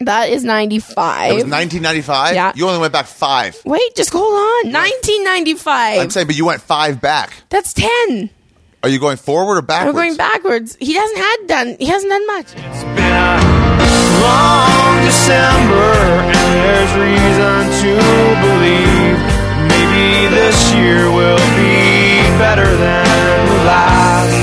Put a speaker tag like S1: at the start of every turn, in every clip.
S1: That is 95.
S2: It was 1995.
S1: Yeah.
S2: You only went back five.
S1: Wait, just hold on. 1995.
S2: I'm saying, but you went five back.
S1: That's 10.
S2: Are you going forward or
S1: We're
S2: backwards?
S1: going backwards. He hasn't had done. He hasn't done much.
S3: been a long December, and there's reason to believe maybe this year will be better than the last.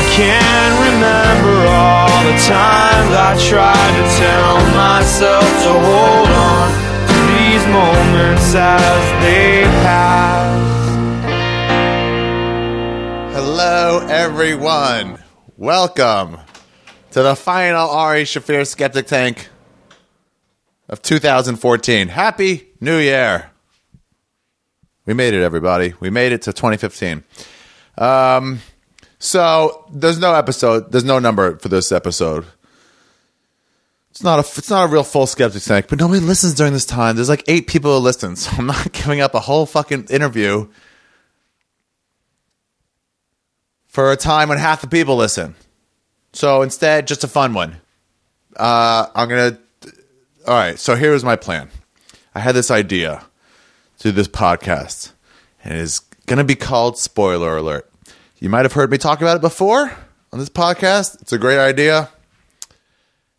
S3: I can't remember all the times I tried to tell myself to hold on to these moments as they pass.
S2: Hello, everyone. Welcome to the final Ari Shafir Skeptic Tank of 2014. Happy New Year. We made it, everybody. We made it to 2015. Um, so there's no episode. There's no number for this episode. It's not a. It's not a real full skeptic tank, but nobody listens during this time. There's like eight people who listen, so I'm not giving up a whole fucking interview for a time when half the people listen. So instead, just a fun one. Uh, I'm gonna. All right. So here was my plan. I had this idea to this podcast, and it's gonna be called Spoiler Alert. You might have heard me talk about it before on this podcast. It's a great idea.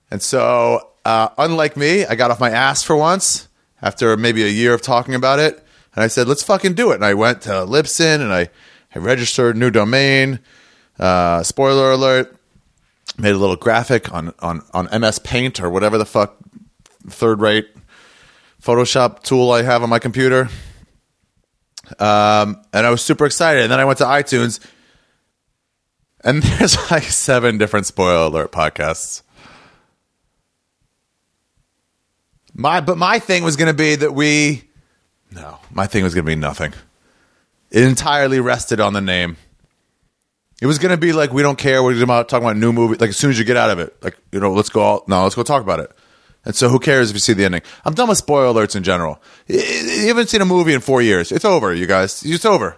S2: And so, uh, unlike me, I got off my ass for once after maybe a year of talking about it. And I said, let's fucking do it. And I went to Libsyn and I, I registered a new domain. Uh, spoiler alert, made a little graphic on, on, on MS Paint or whatever the fuck third rate Photoshop tool I have on my computer. Um, and I was super excited. And then I went to iTunes and there's like seven different spoiler alert podcasts. My but my thing was going to be that we no, my thing was going to be nothing. It entirely rested on the name. It was going to be like we don't care. We're about talking about new movie. Like as soon as you get out of it, like you know, let's go. All, no, let's go talk about it. And so, who cares if you see the ending? I'm done with spoiler alerts in general. Y- y- You haven't seen a movie in four years. It's over, you guys. It's over.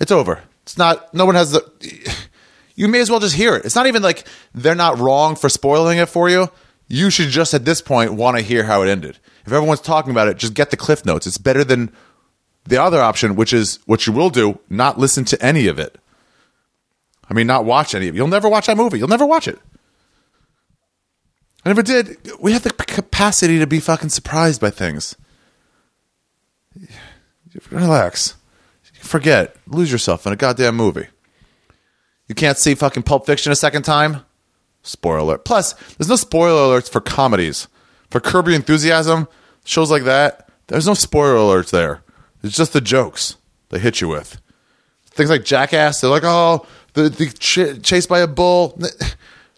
S2: It's over. It's not. No one has the. You may as well just hear it. It's not even like they're not wrong for spoiling it for you. You should just at this point want to hear how it ended. If everyone's talking about it, just get the cliff notes. It's better than the other option, which is what you will do: not listen to any of it. I mean, not watch any of it. You'll never watch that movie. You'll never watch it. I never did. We have the p- capacity to be fucking surprised by things. Relax. Forget. Lose yourself in a goddamn movie. You can't see fucking Pulp Fiction a second time? Spoiler alert. Plus, there's no spoiler alerts for comedies. For Curb Your Enthusiasm, shows like that, there's no spoiler alerts there. It's just the jokes they hit you with. Things like Jackass, they're like, oh, the, the ch- chased by a bull.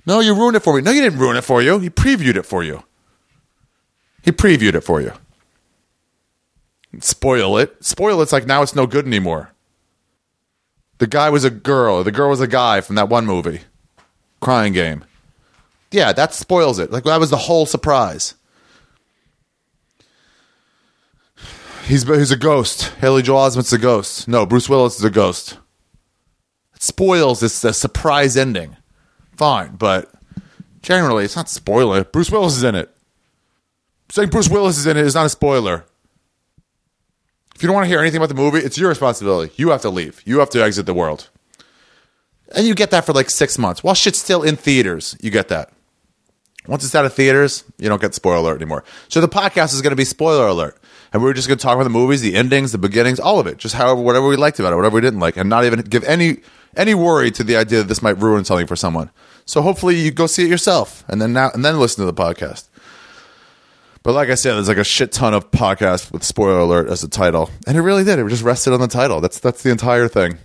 S2: No, you ruined it for me. No, you didn't ruin it for you. He previewed it for you. He previewed it for you. Spoil it. Spoil it's like now it's no good anymore. The guy was a girl. or The girl was a guy from that one movie, Crying Game. Yeah, that spoils it. Like that was the whole surprise. He's he's a ghost. Haley Joel Osment's a ghost. No, Bruce Willis is a ghost. It spoils this the surprise ending. Fine, but generally it's not spoiler. Bruce Willis is in it. Saying Bruce Willis is in it is not a spoiler. If you don't want to hear anything about the movie, it's your responsibility. You have to leave. You have to exit the world. And you get that for like six months. While shit's still in theaters, you get that. Once it's out of theaters, you don't get spoiler alert anymore. So the podcast is going to be spoiler alert. And we're just going to talk about the movies, the endings, the beginnings, all of it. Just however, whatever we liked about it, whatever we didn't like, and not even give any any worry to the idea that this might ruin something for someone. So hopefully you go see it yourself, and then now and then listen to the podcast. But like I said, there's like a shit ton of podcasts with spoiler alert as a title, and it really did. It just rested on the title. That's that's the entire thing.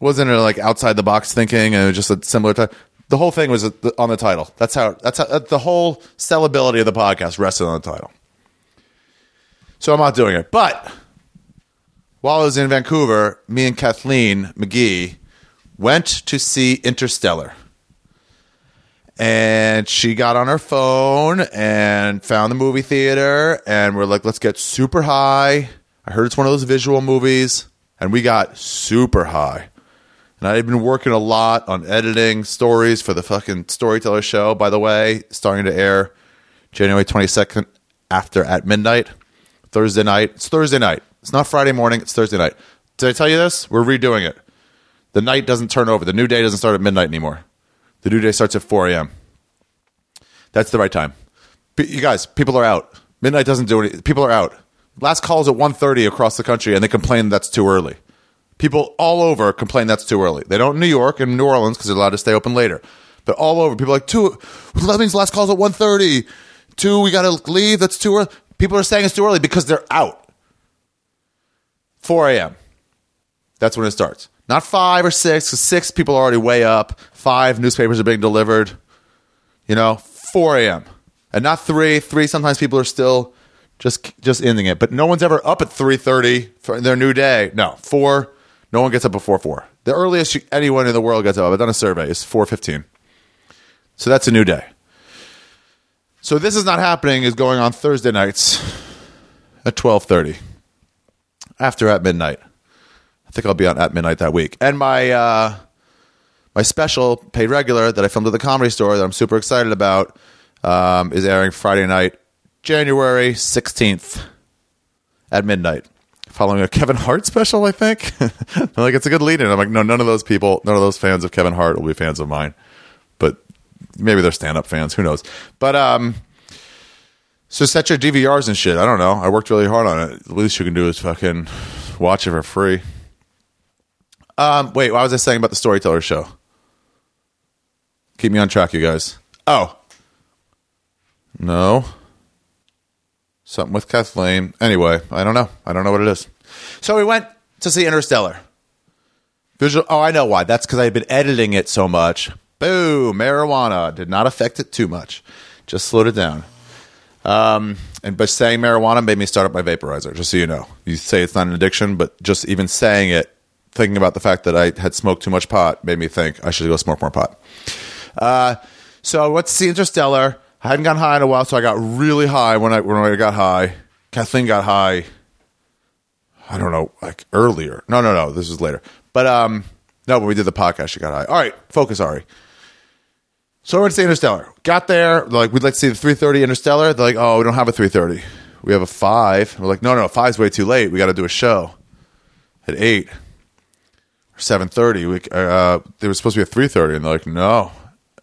S2: Wasn't it like outside the box thinking and it was just a similar title? The whole thing was on the title. That's how. That's how, that's the whole sellability of the podcast rested on the title. So I'm not doing it. But while I was in Vancouver, me and Kathleen McGee went to see Interstellar and she got on her phone and found the movie theater and we're like let's get super high i heard it's one of those visual movies and we got super high And I had been working a lot on editing stories for the fucking Storyteller show, by the way, starting to air January 22nd after at midnight, Thursday night. It's Thursday night. It's not Friday morning, it's Thursday night. Did I tell you this? We're redoing it. The night doesn't turn over. The new day doesn't start at midnight anymore. The new day starts at 4 a.m. That's the right time. P- you guys, people are out. Midnight doesn't do anything. People are out. Last call is at 1.30 across the country, and they complain that's too early. People all over complain that's too early. They don't in New York and New Orleans because they're allowed to stay open later. But all over, people are like, two, that means last call's at 1.30. Two, we got to leave. That's too early. People are saying it's too early because they're out. 4 a.m. That's when it starts. Not five or six, 'cause six people are already way up. Five newspapers are being delivered. You know, four a.m. and not three. Three sometimes people are still just just ending it, but no one's ever up at three thirty for their new day. No, four. No one gets up before four. The earliest you, anyone in the world gets up, I've done a survey, is four fifteen. So that's a new day. So this is not happening is going on Thursday nights at twelve thirty after at midnight. I think I'll be on at midnight that week. And my uh, my special, paid regular, that I filmed at the Comedy Store that I'm super excited about, um, is airing Friday night, January 16th at midnight. Following a Kevin Hart special, I think. I'm like, it's a good lead in. I'm like, no, none of those people, none of those fans of Kevin Hart will be fans of mine. But maybe they're stand up fans. Who knows? But um, so set your DVRs and shit. I don't know. I worked really hard on it. The least you can do is fucking watch it for free. Um, wait, what was I saying about the storyteller show? Keep me on track, you guys. Oh. No. Something with Kathleen. Anyway, I don't know. I don't know what it is. So we went to see Interstellar. Visual Oh, I know why. That's because I had been editing it so much. Boo, marijuana did not affect it too much. Just slowed it down. Um, and by saying marijuana made me start up my vaporizer, just so you know. You say it's not an addiction, but just even saying it, thinking about the fact that I had smoked too much pot, made me think I should go smoke more pot. Uh, so what's see Interstellar? I hadn't gotten high in a while, so I got really high when I when I got high. Kathleen got high. I don't know, like earlier. No, no, no. This was later. But um, no, when we did the podcast, she got high. All right, focus, Ari. So I went to see Interstellar. Got there, they're like we'd like to see the three thirty Interstellar. They're like, oh, we don't have a three thirty. We have a five. We're like, no, no, five's way too late. We got to do a show at eight or seven thirty. We uh, they were supposed to be at three thirty, and they're like, no.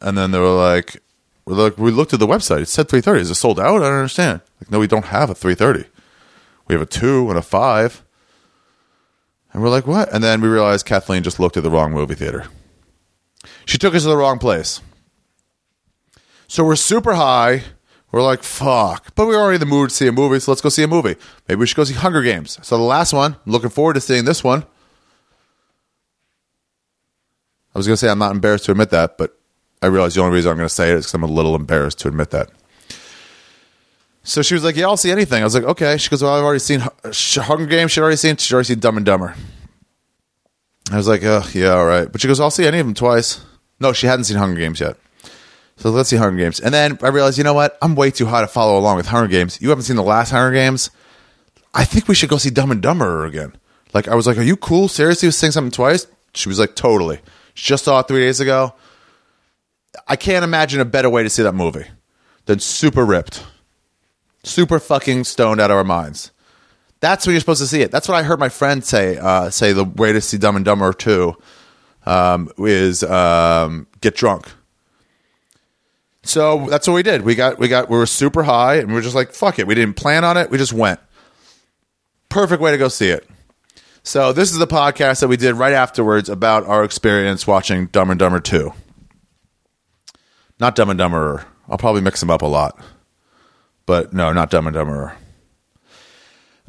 S2: And then they were like, we're like, we looked at the website. It said three thirty. Is it sold out? I don't understand. Like, no, we don't have a three thirty. We have a two and a five. And we're like, what? And then we realized Kathleen just looked at the wrong movie theater. She took us to the wrong place. So we're super high. We're like, fuck. But we we're already in the mood to see a movie, so let's go see a movie. Maybe we should go see Hunger Games. So the last one, I'm looking forward to seeing this one. I was going to say I'm not embarrassed to admit that, but I realize the only reason I'm going to say it is because I'm a little embarrassed to admit that. So she was like, "Yeah, I'll see anything." I was like, "Okay." She goes, "Well, I've already seen Hu- Sh- Hunger Games. She'd already seen. She'd already seen Dumb and Dumber." I was like, "Oh, yeah, all right." But she goes, "I'll see any of them twice." No, she hadn't seen Hunger Games yet. So let's see Hunger Games, and then I realized, you know what? I'm way too high to follow along with Hunger Games. You haven't seen the last Hunger Games. I think we should go see Dumb and Dumber again. Like, I was like, are you cool? Seriously, was saying something twice? She was like, totally. She just saw it three days ago. I can't imagine a better way to see that movie than super ripped, super fucking stoned out of our minds. That's when you're supposed to see it. That's what I heard my friend say. Uh, say the way to see Dumb and Dumber Two um, is um, get drunk. So that's what we did. We got we got we were super high and we were just like fuck it. We didn't plan on it. We just went perfect way to go see it. So this is the podcast that we did right afterwards about our experience watching Dumb and Dumber Two. Not Dumb and Dumberer. I'll probably mix them up a lot, but no, not Dumb and Dumberer.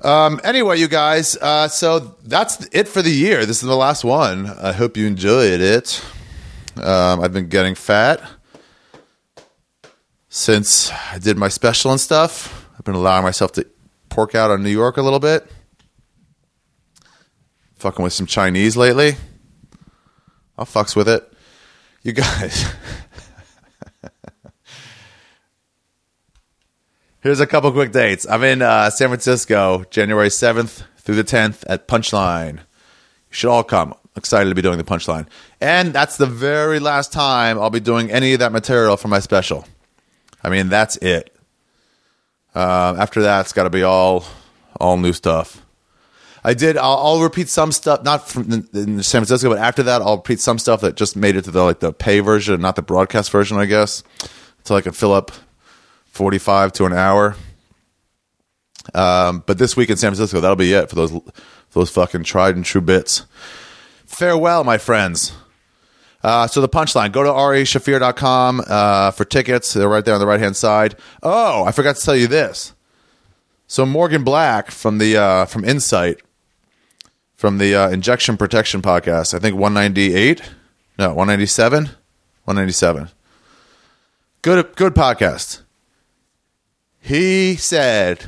S2: Um, anyway, you guys, uh, so that's it for the year. This is the last one. I hope you enjoyed it. Um, I've been getting fat since I did my special and stuff. I've been allowing myself to pork out on New York a little bit. Fucking with some Chinese lately. I'll fucks with it. You guys. Here's a couple quick dates. I'm in uh, San Francisco, January 7th through the 10th at Punchline. You should all come. excited to be doing the punchline. And that's the very last time I'll be doing any of that material for my special. I mean, that's it. Um, after that, it's got to be all all new stuff. I did. I'll, I'll repeat some stuff, not from the, in San Francisco, but after that, I'll repeat some stuff that just made it to the like the pay version, not the broadcast version, I guess, until I could fill up forty five to an hour. Um, but this week in San Francisco, that'll be it for those for those fucking tried and true bits. Farewell, my friends. Uh, so the punchline go to reshafir.com uh, for tickets. They're right there on the right hand side. Oh, I forgot to tell you this. So Morgan Black from the uh, from Insight from the uh, Injection Protection podcast, I think 198, no 197, 197. Good good podcast. He said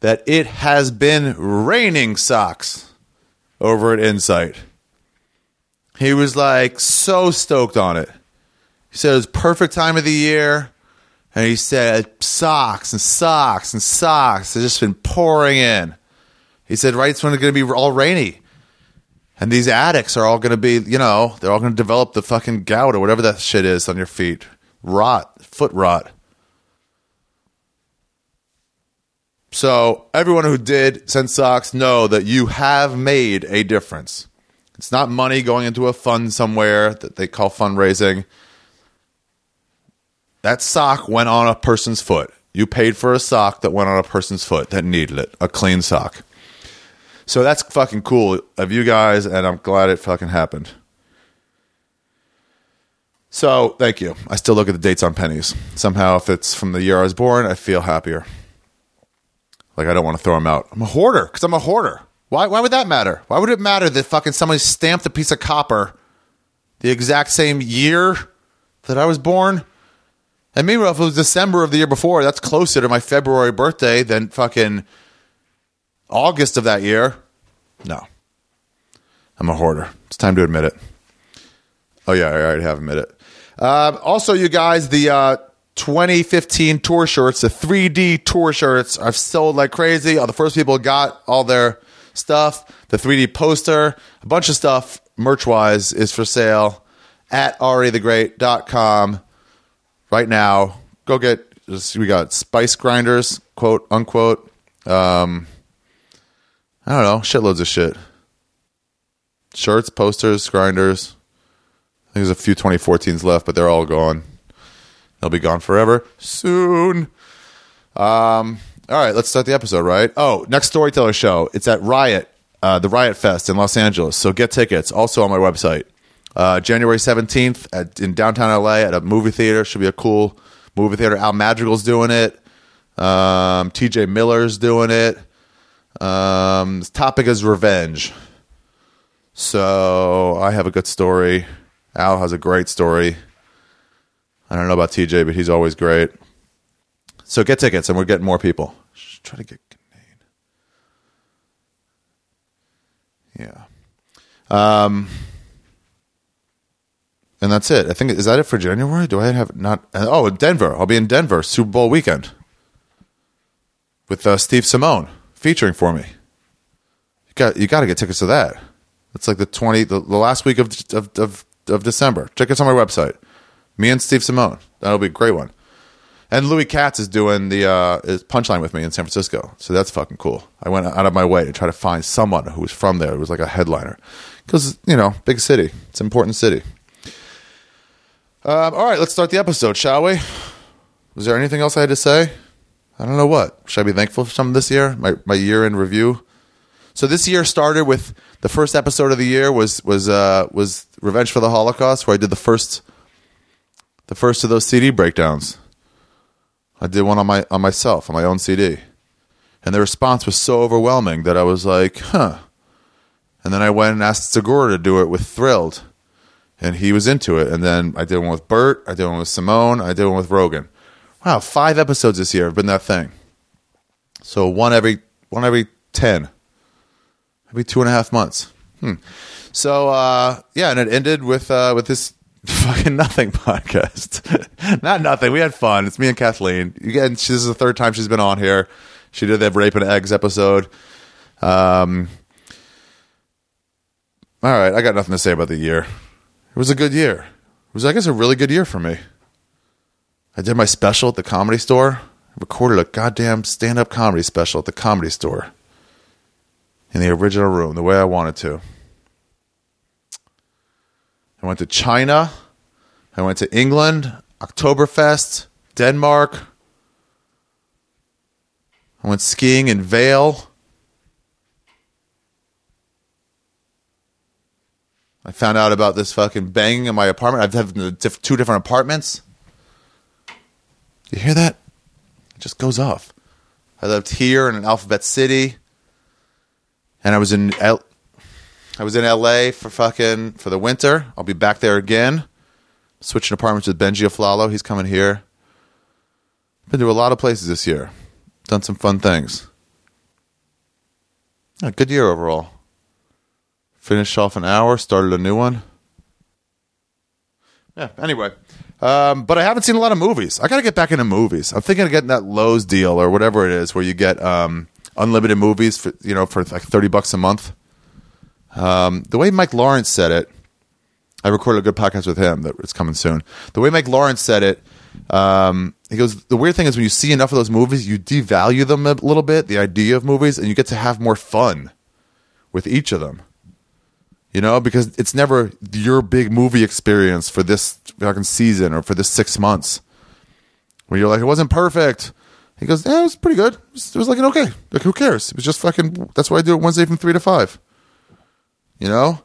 S2: that it has been raining socks over at Insight. He was like so stoked on it. He said it was perfect time of the year. And he said socks and socks and socks. It's just been pouring in. He said right's when it's going to be all rainy. And these addicts are all going to be, you know, they're all going to develop the fucking gout or whatever that shit is on your feet. Rot, foot rot. So everyone who did send socks know that you have made a difference. It's not money going into a fund somewhere that they call fundraising. That sock went on a person's foot. You paid for a sock that went on a person's foot that needed it, a clean sock. So that's fucking cool of you guys, and I'm glad it fucking happened. So thank you. I still look at the dates on pennies. Somehow, if it's from the year I was born, I feel happier. Like I don't want to throw them out. I'm a hoarder because I'm a hoarder. Why? Why would that matter? Why would it matter that fucking somebody stamped a piece of copper the exact same year that I was born? And meanwhile, if it was December of the year before, that's closer to my February birthday than fucking August of that year. No, I'm a hoarder. It's time to admit it. Oh yeah, I already have admitted it. Um, also, you guys, the uh, 2015 tour shirts, the 3D tour shirts, I've sold like crazy. All the first people got all their stuff. The 3D poster, a bunch of stuff merch wise is for sale at E arithegreat.com right now. Go get. We got spice grinders, quote unquote. Um, I don't know, shitloads of shit. Shirts, posters, grinders. I think there's a few 2014s left, but they're all gone. They'll be gone forever soon. Um, all right, let's start the episode, right? Oh, next storyteller show. It's at Riot, uh, the Riot Fest in Los Angeles. So get tickets. Also on my website. Uh, January 17th at, in downtown LA at a movie theater. Should be a cool movie theater. Al Madrigal's doing it. Um, TJ Miller's doing it. Um, this topic is revenge. So I have a good story. Al has a great story. I don't know about TJ, but he's always great. So get tickets, and we're getting more people. Shh, Try to get Grenade. Yeah. Um. And that's it. I think is that it for January? Do I have not? Oh, Denver. I'll be in Denver Super Bowl weekend with uh, Steve Simone featuring for me. You got you got to get tickets to that. It's like the twenty, the, the last week of of, of of December. Tickets on my website. Me and Steve Simone. That'll be a great one. And Louis Katz is doing the uh, is punchline with me in San Francisco, so that's fucking cool. I went out of my way to try to find someone who was from there. It was like a headliner, because you know, big city. It's an important city. Um, all right, let's start the episode, shall we? Was there anything else I had to say? I don't know what. Should I be thankful for something this year? My my year in review. So this year started with the first episode of the year was was uh, was Revenge for the Holocaust, where I did the first the first of those CD breakdowns. I did one on my on myself on my own CD, and the response was so overwhelming that I was like, huh. And then I went and asked Segura to do it with Thrilled, and he was into it. And then I did one with Bert, I did one with Simone, I did one with Rogan. Wow, five episodes this year have been that thing. So one every one every ten, every two and a half months. Hmm. So uh, yeah, and it ended with uh, with this fucking nothing podcast. Not nothing. We had fun. It's me and Kathleen. Again, she- this is the third time she's been on here. She did that rape and eggs episode. Um, All right, I got nothing to say about the year. It was a good year. It was, I guess, a really good year for me. I did my special at the comedy store. I recorded a goddamn stand up comedy special at the comedy store in the original room the way I wanted to. I went to China. I went to England, Oktoberfest, Denmark. I went skiing in Vale. I found out about this fucking banging in my apartment. I've had the diff- two different apartments. You hear that? It just goes off. I lived here in an alphabet city, and I was in L- I was in L.A. for fucking for the winter. I'll be back there again. Switching apartments with Benji Aflalo. He's coming here. Been to a lot of places this year. Done some fun things. A good year overall finished off an hour, started a new one. Yeah. Anyway, um, but I haven't seen a lot of movies. I got to get back into movies. I'm thinking of getting that Lowe's deal or whatever it is, where you get um, unlimited movies for you know for like thirty bucks a month. Um, the way Mike Lawrence said it, I recorded a good podcast with him that it's coming soon. The way Mike Lawrence said it, um, he goes, the weird thing is when you see enough of those movies, you devalue them a little bit, the idea of movies, and you get to have more fun with each of them you know, because it's never your big movie experience for this fucking season or for this six months. When you're like, it wasn't perfect. He goes, yeah, it was pretty good. It was, it was like an okay. Like, who cares? It was just fucking, that's why I do it Wednesday from three to five. You know?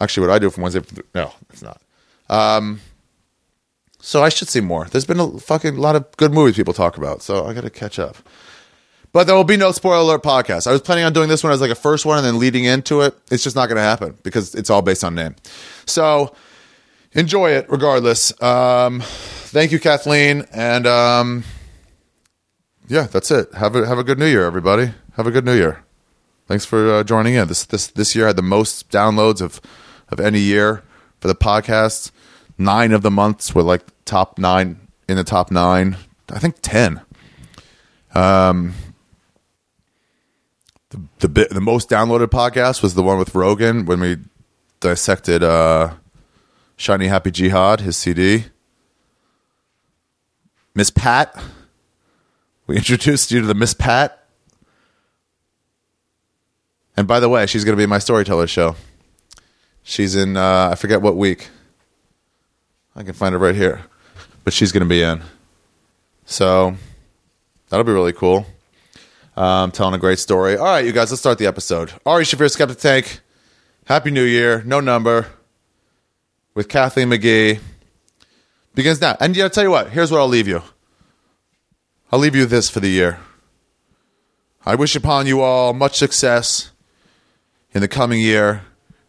S2: Actually, what I do from Wednesday from three, no, it's not. Um, so I should see more. There's been a fucking lot of good movies people talk about, so I got to catch up. But there will be no spoiler alert podcast. I was planning on doing this one as like a first one and then leading into it. It's just not going to happen because it's all based on name. So enjoy it regardless. Um, thank you, Kathleen. And um, yeah, that's it. Have a, have a good new year, everybody. Have a good new year. Thanks for uh, joining in. This, this, this year had the most downloads of, of any year for the podcast. Nine of the months were like top nine in the top nine. I think 10. the bit, the most downloaded podcast was the one with Rogan when we dissected uh, Shiny Happy Jihad, his CD. Miss Pat, we introduced you to the Miss Pat. And by the way, she's going to be in my storyteller show. She's in uh, I forget what week. I can find her right here, but she's going to be in. So that'll be really cool. I'm telling a great story. All right, you guys, let's start the episode. Ari Shafir, Skeptic Tank. Happy New Year. No number. With Kathleen McGee. Begins now. And yeah, I'll tell you what, here's what I'll leave you. I'll leave you this for the year. I wish upon you all much success in the coming year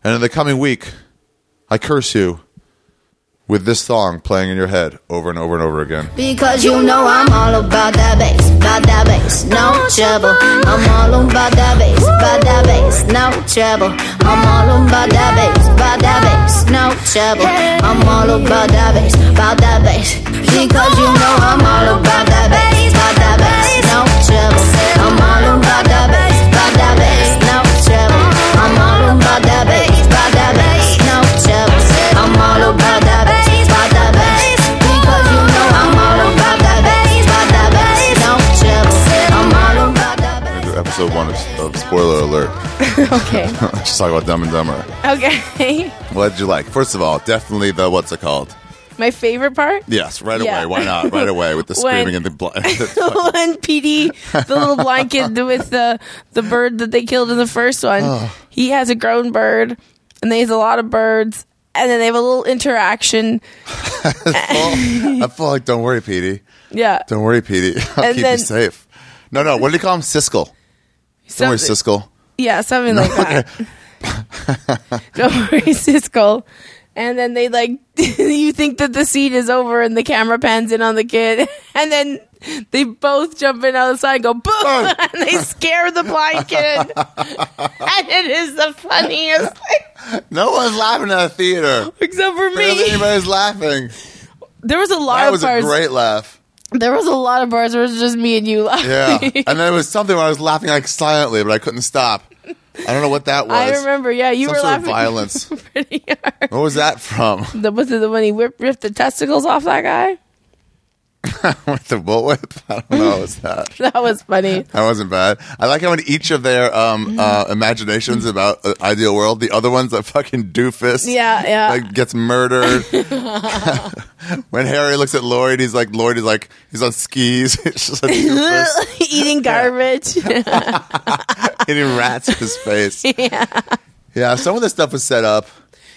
S2: and in the coming week. I curse you with this song playing in your head over and over and over again.
S4: Because you know I'm all about that bass, about that bass, no trouble. I'm all about that bass, about that bass, no trouble. I'm all about that bass, about that bass, no trouble. I'm all about that bass, about that bass. Because you know I'm all about that bass, about that bass, no trouble. I'm all about that bass, about that bass, no trouble. I'm all about that bass, about that bass, no trouble. I'm all about that bass, about that bass. Because you know I'm all about that bass, about that bass, no trouble. I'm all about that bass.
S2: Episode one of, of Spoiler Alert.
S1: Okay.
S2: Just talk about Dumb and Dumber.
S1: okay.
S2: What did you like? First of all, definitely the what's it called?
S1: My favorite part
S2: Yes, right
S1: Yeah.
S2: away. Why not? Right away with the
S1: When-
S2: screaming and the blood.
S1: when PD, the little blind kid with the the bird that they killed in the first one,
S2: Oh.
S1: he has a grown bird, and they have a lot of birds, and then they have a little interaction.
S2: I feel like, don't worry, Petey.
S1: Yeah,
S2: Don't worry, Petey. I'll
S1: And
S2: keep you
S1: then-
S2: safe. No, no. What do they call him? Siskel. Don't worry,
S1: Something-
S2: Siskel.
S1: Yeah, something like that. Don't worry, Siskel. And then they like, you think that the scene is over, and the camera pans in on the kid, and then they both jump in on the side, and go boom,
S2: Oh.
S1: and they scare the blind kid, and it is the funniest thing,
S2: No one's laughing at a theater.
S1: except for
S2: Barely
S1: me.
S2: anybody's laughing.
S1: There was a lot
S2: That
S1: of
S2: was a
S1: bars.
S2: great laugh.
S1: there was a lot of bars where it was just me and you laughing.
S2: Yeah. and then it was something where I was laughing like silently, but I couldn't stop. I don't know what that was.
S1: I remember. Yeah, you
S2: Some
S1: were
S2: sort
S1: laughing
S2: of violence.
S1: pretty hard.
S2: What was that from?
S1: The was it the when he whipped, ripped the testicles off that guy?
S2: With the bullwhip? I don't know. What was that?
S1: That was funny.
S2: That wasn't bad. I like how in each of their
S1: Mm-hmm.
S2: um, uh, imaginations about uh, ideal world, the other one's a fucking doofus.
S1: Yeah, yeah.
S2: Like gets murdered. when Harry looks at Lloyd, he's like, Lloyd is like, he's on skis. it's just a doofus
S1: Eating garbage.
S2: hitting rats with his face. Yeah. Yeah. Some of this stuff was set up.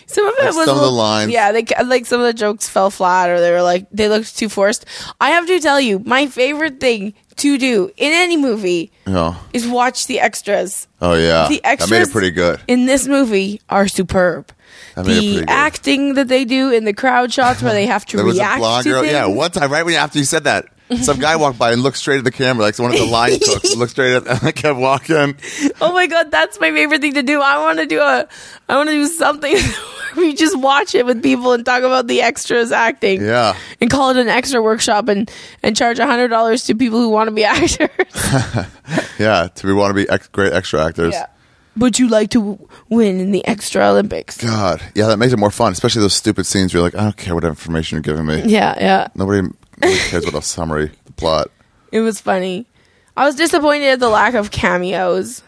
S1: Some of it was
S2: some
S1: a
S2: of the
S1: little-
S2: lines.
S1: Yeah, they like some of the jokes fell flat, or they were like they looked too forced. I have to tell you, my favorite thing to do in any movie
S2: Oh,
S1: is watch the extras.
S2: oh
S1: The
S2: yeah. that made
S1: extras
S2: it pretty good.
S1: in this movie are superb.
S2: That made it pretty
S1: The
S2: good.
S1: acting that they do in the crowd shots where they have to
S2: There was a
S1: react
S2: blonde
S1: to
S2: girl.
S1: things.
S2: Yeah, what time? Right when you, after you said that, some guy walked by and looked straight at the camera, like one of the line cooks looked straight at, and kept walking.
S1: Oh my god, that's my favorite thing to do. I want to do a, I want to do something. where we just watch it with people and talk about the extras acting.
S2: Yeah.
S1: and call it an extra workshop and and charge hundred dollars to people who want to be actors.
S2: Yeah, to be want to be ex- great extra actors.
S1: But you like to w- win in the extra Olympics.
S2: God, yeah, that makes it more fun, especially those stupid scenes. Where you're like, I don't care what information you're giving me.
S1: Yeah, yeah.
S2: Nobody, nobody cares about a summary, the plot.
S1: It was funny. I was disappointed at the lack of cameos.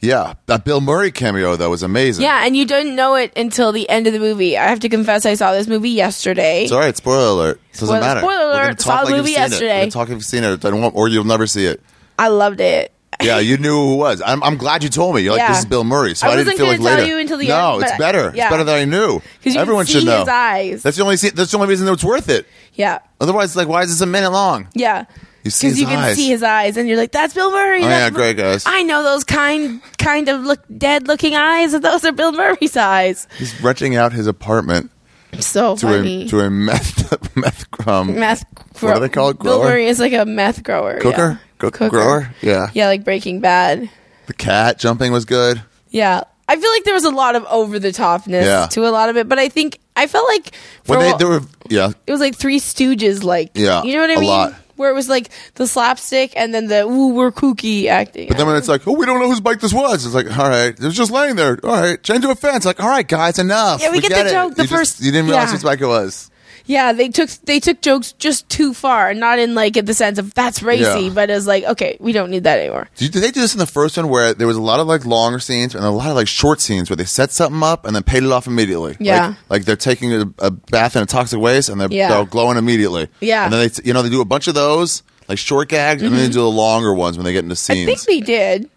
S2: Yeah, that Bill Murray cameo though was amazing.
S1: Yeah, and you don't know it until the end of the movie. I have to confess, I saw this movie yesterday.
S2: It's all right. Spoiler alert. Doesn't
S1: Spoiler-
S2: matter.
S1: spoiler
S2: We're gonna
S1: alert,
S2: talk
S1: saw the
S2: you've
S1: movie
S2: seen it. We're
S1: yesterday.
S2: gonna talk if you've seen it, and won't- or you'll never see it.
S1: I loved it.
S2: Yeah, you knew who it was. I'm, I'm glad you told me. You're like,
S1: Yeah.
S2: this is Bill Murray. So
S1: I
S2: I, didn't
S1: wasn't
S2: feel
S1: gonna
S2: like
S1: tell
S2: later.
S1: you until the
S2: no,
S1: end,
S2: it's
S1: but-
S2: better.
S1: yeah.
S2: It's better that I knew.
S1: 'Cause you can
S2: Everyone
S1: see
S2: should know.
S1: his eyes.
S2: That's the only se- that's the only reason it's worth it.
S1: Yeah,
S2: Otherwise, like, why is this a minute long?
S1: yeah.
S2: You see his
S1: you can
S2: eyes.
S1: see his eyes, and you're like, "That's Bill Murray."
S2: Oh,
S1: that's
S2: yeah,
S1: Bill-"
S2: great guys.
S1: I know those kind, kind of look dead-looking eyes. and Those are Bill Murray's eyes.
S2: He's renting out his apartment
S1: So
S2: to
S1: funny.
S2: a to a meth meth um,
S1: meth. Grow-
S2: What do they call it?
S1: Bill
S2: Grower?
S1: Murray is like a meth grower.
S2: cooker?
S1: yeah.
S2: Cook- grower. Yeah.
S1: Yeah, like Breaking Bad.
S2: The cat jumping was good.
S1: Yeah. I feel like there was a lot of over the topness
S2: Yeah.
S1: to a lot of it, but I think I felt like for
S2: When
S1: a
S2: they
S1: while-
S2: there were yeah
S1: it was like Three Stooges, like
S2: Yeah,
S1: you know what I
S2: a
S1: mean,
S2: lot.
S1: where it was like the slapstick and then the ooh we're kooky acting.
S2: But then when it's like, oh, we don't know whose bike this was, it's like, all right, it was just laying there. All right, change to a fence. Like, all right, guys, enough.
S1: Yeah, we get the
S2: it.
S1: joke, the
S2: you just-
S1: first-
S2: you didn't realize
S1: yeah.
S2: whose bike it was.
S1: yeah, they took they took jokes just too far, not in like the sense of that's racy,
S2: Yeah.
S1: but as like okay, we don't need that anymore.
S2: Did, did they do this in the first one where there was a lot of like longer scenes and a lot of like short scenes where they set something up and then paid it off immediately?
S1: Yeah.
S2: like, like they're taking a, a bath in a toxic waste and they're,
S1: Yeah.
S2: they're glowing immediately.
S1: Yeah. Mm-hmm.
S2: and then they you know they do a bunch of those like short gags and then they do the longer ones when they get into
S1: I think
S2: scenes.
S1: they did.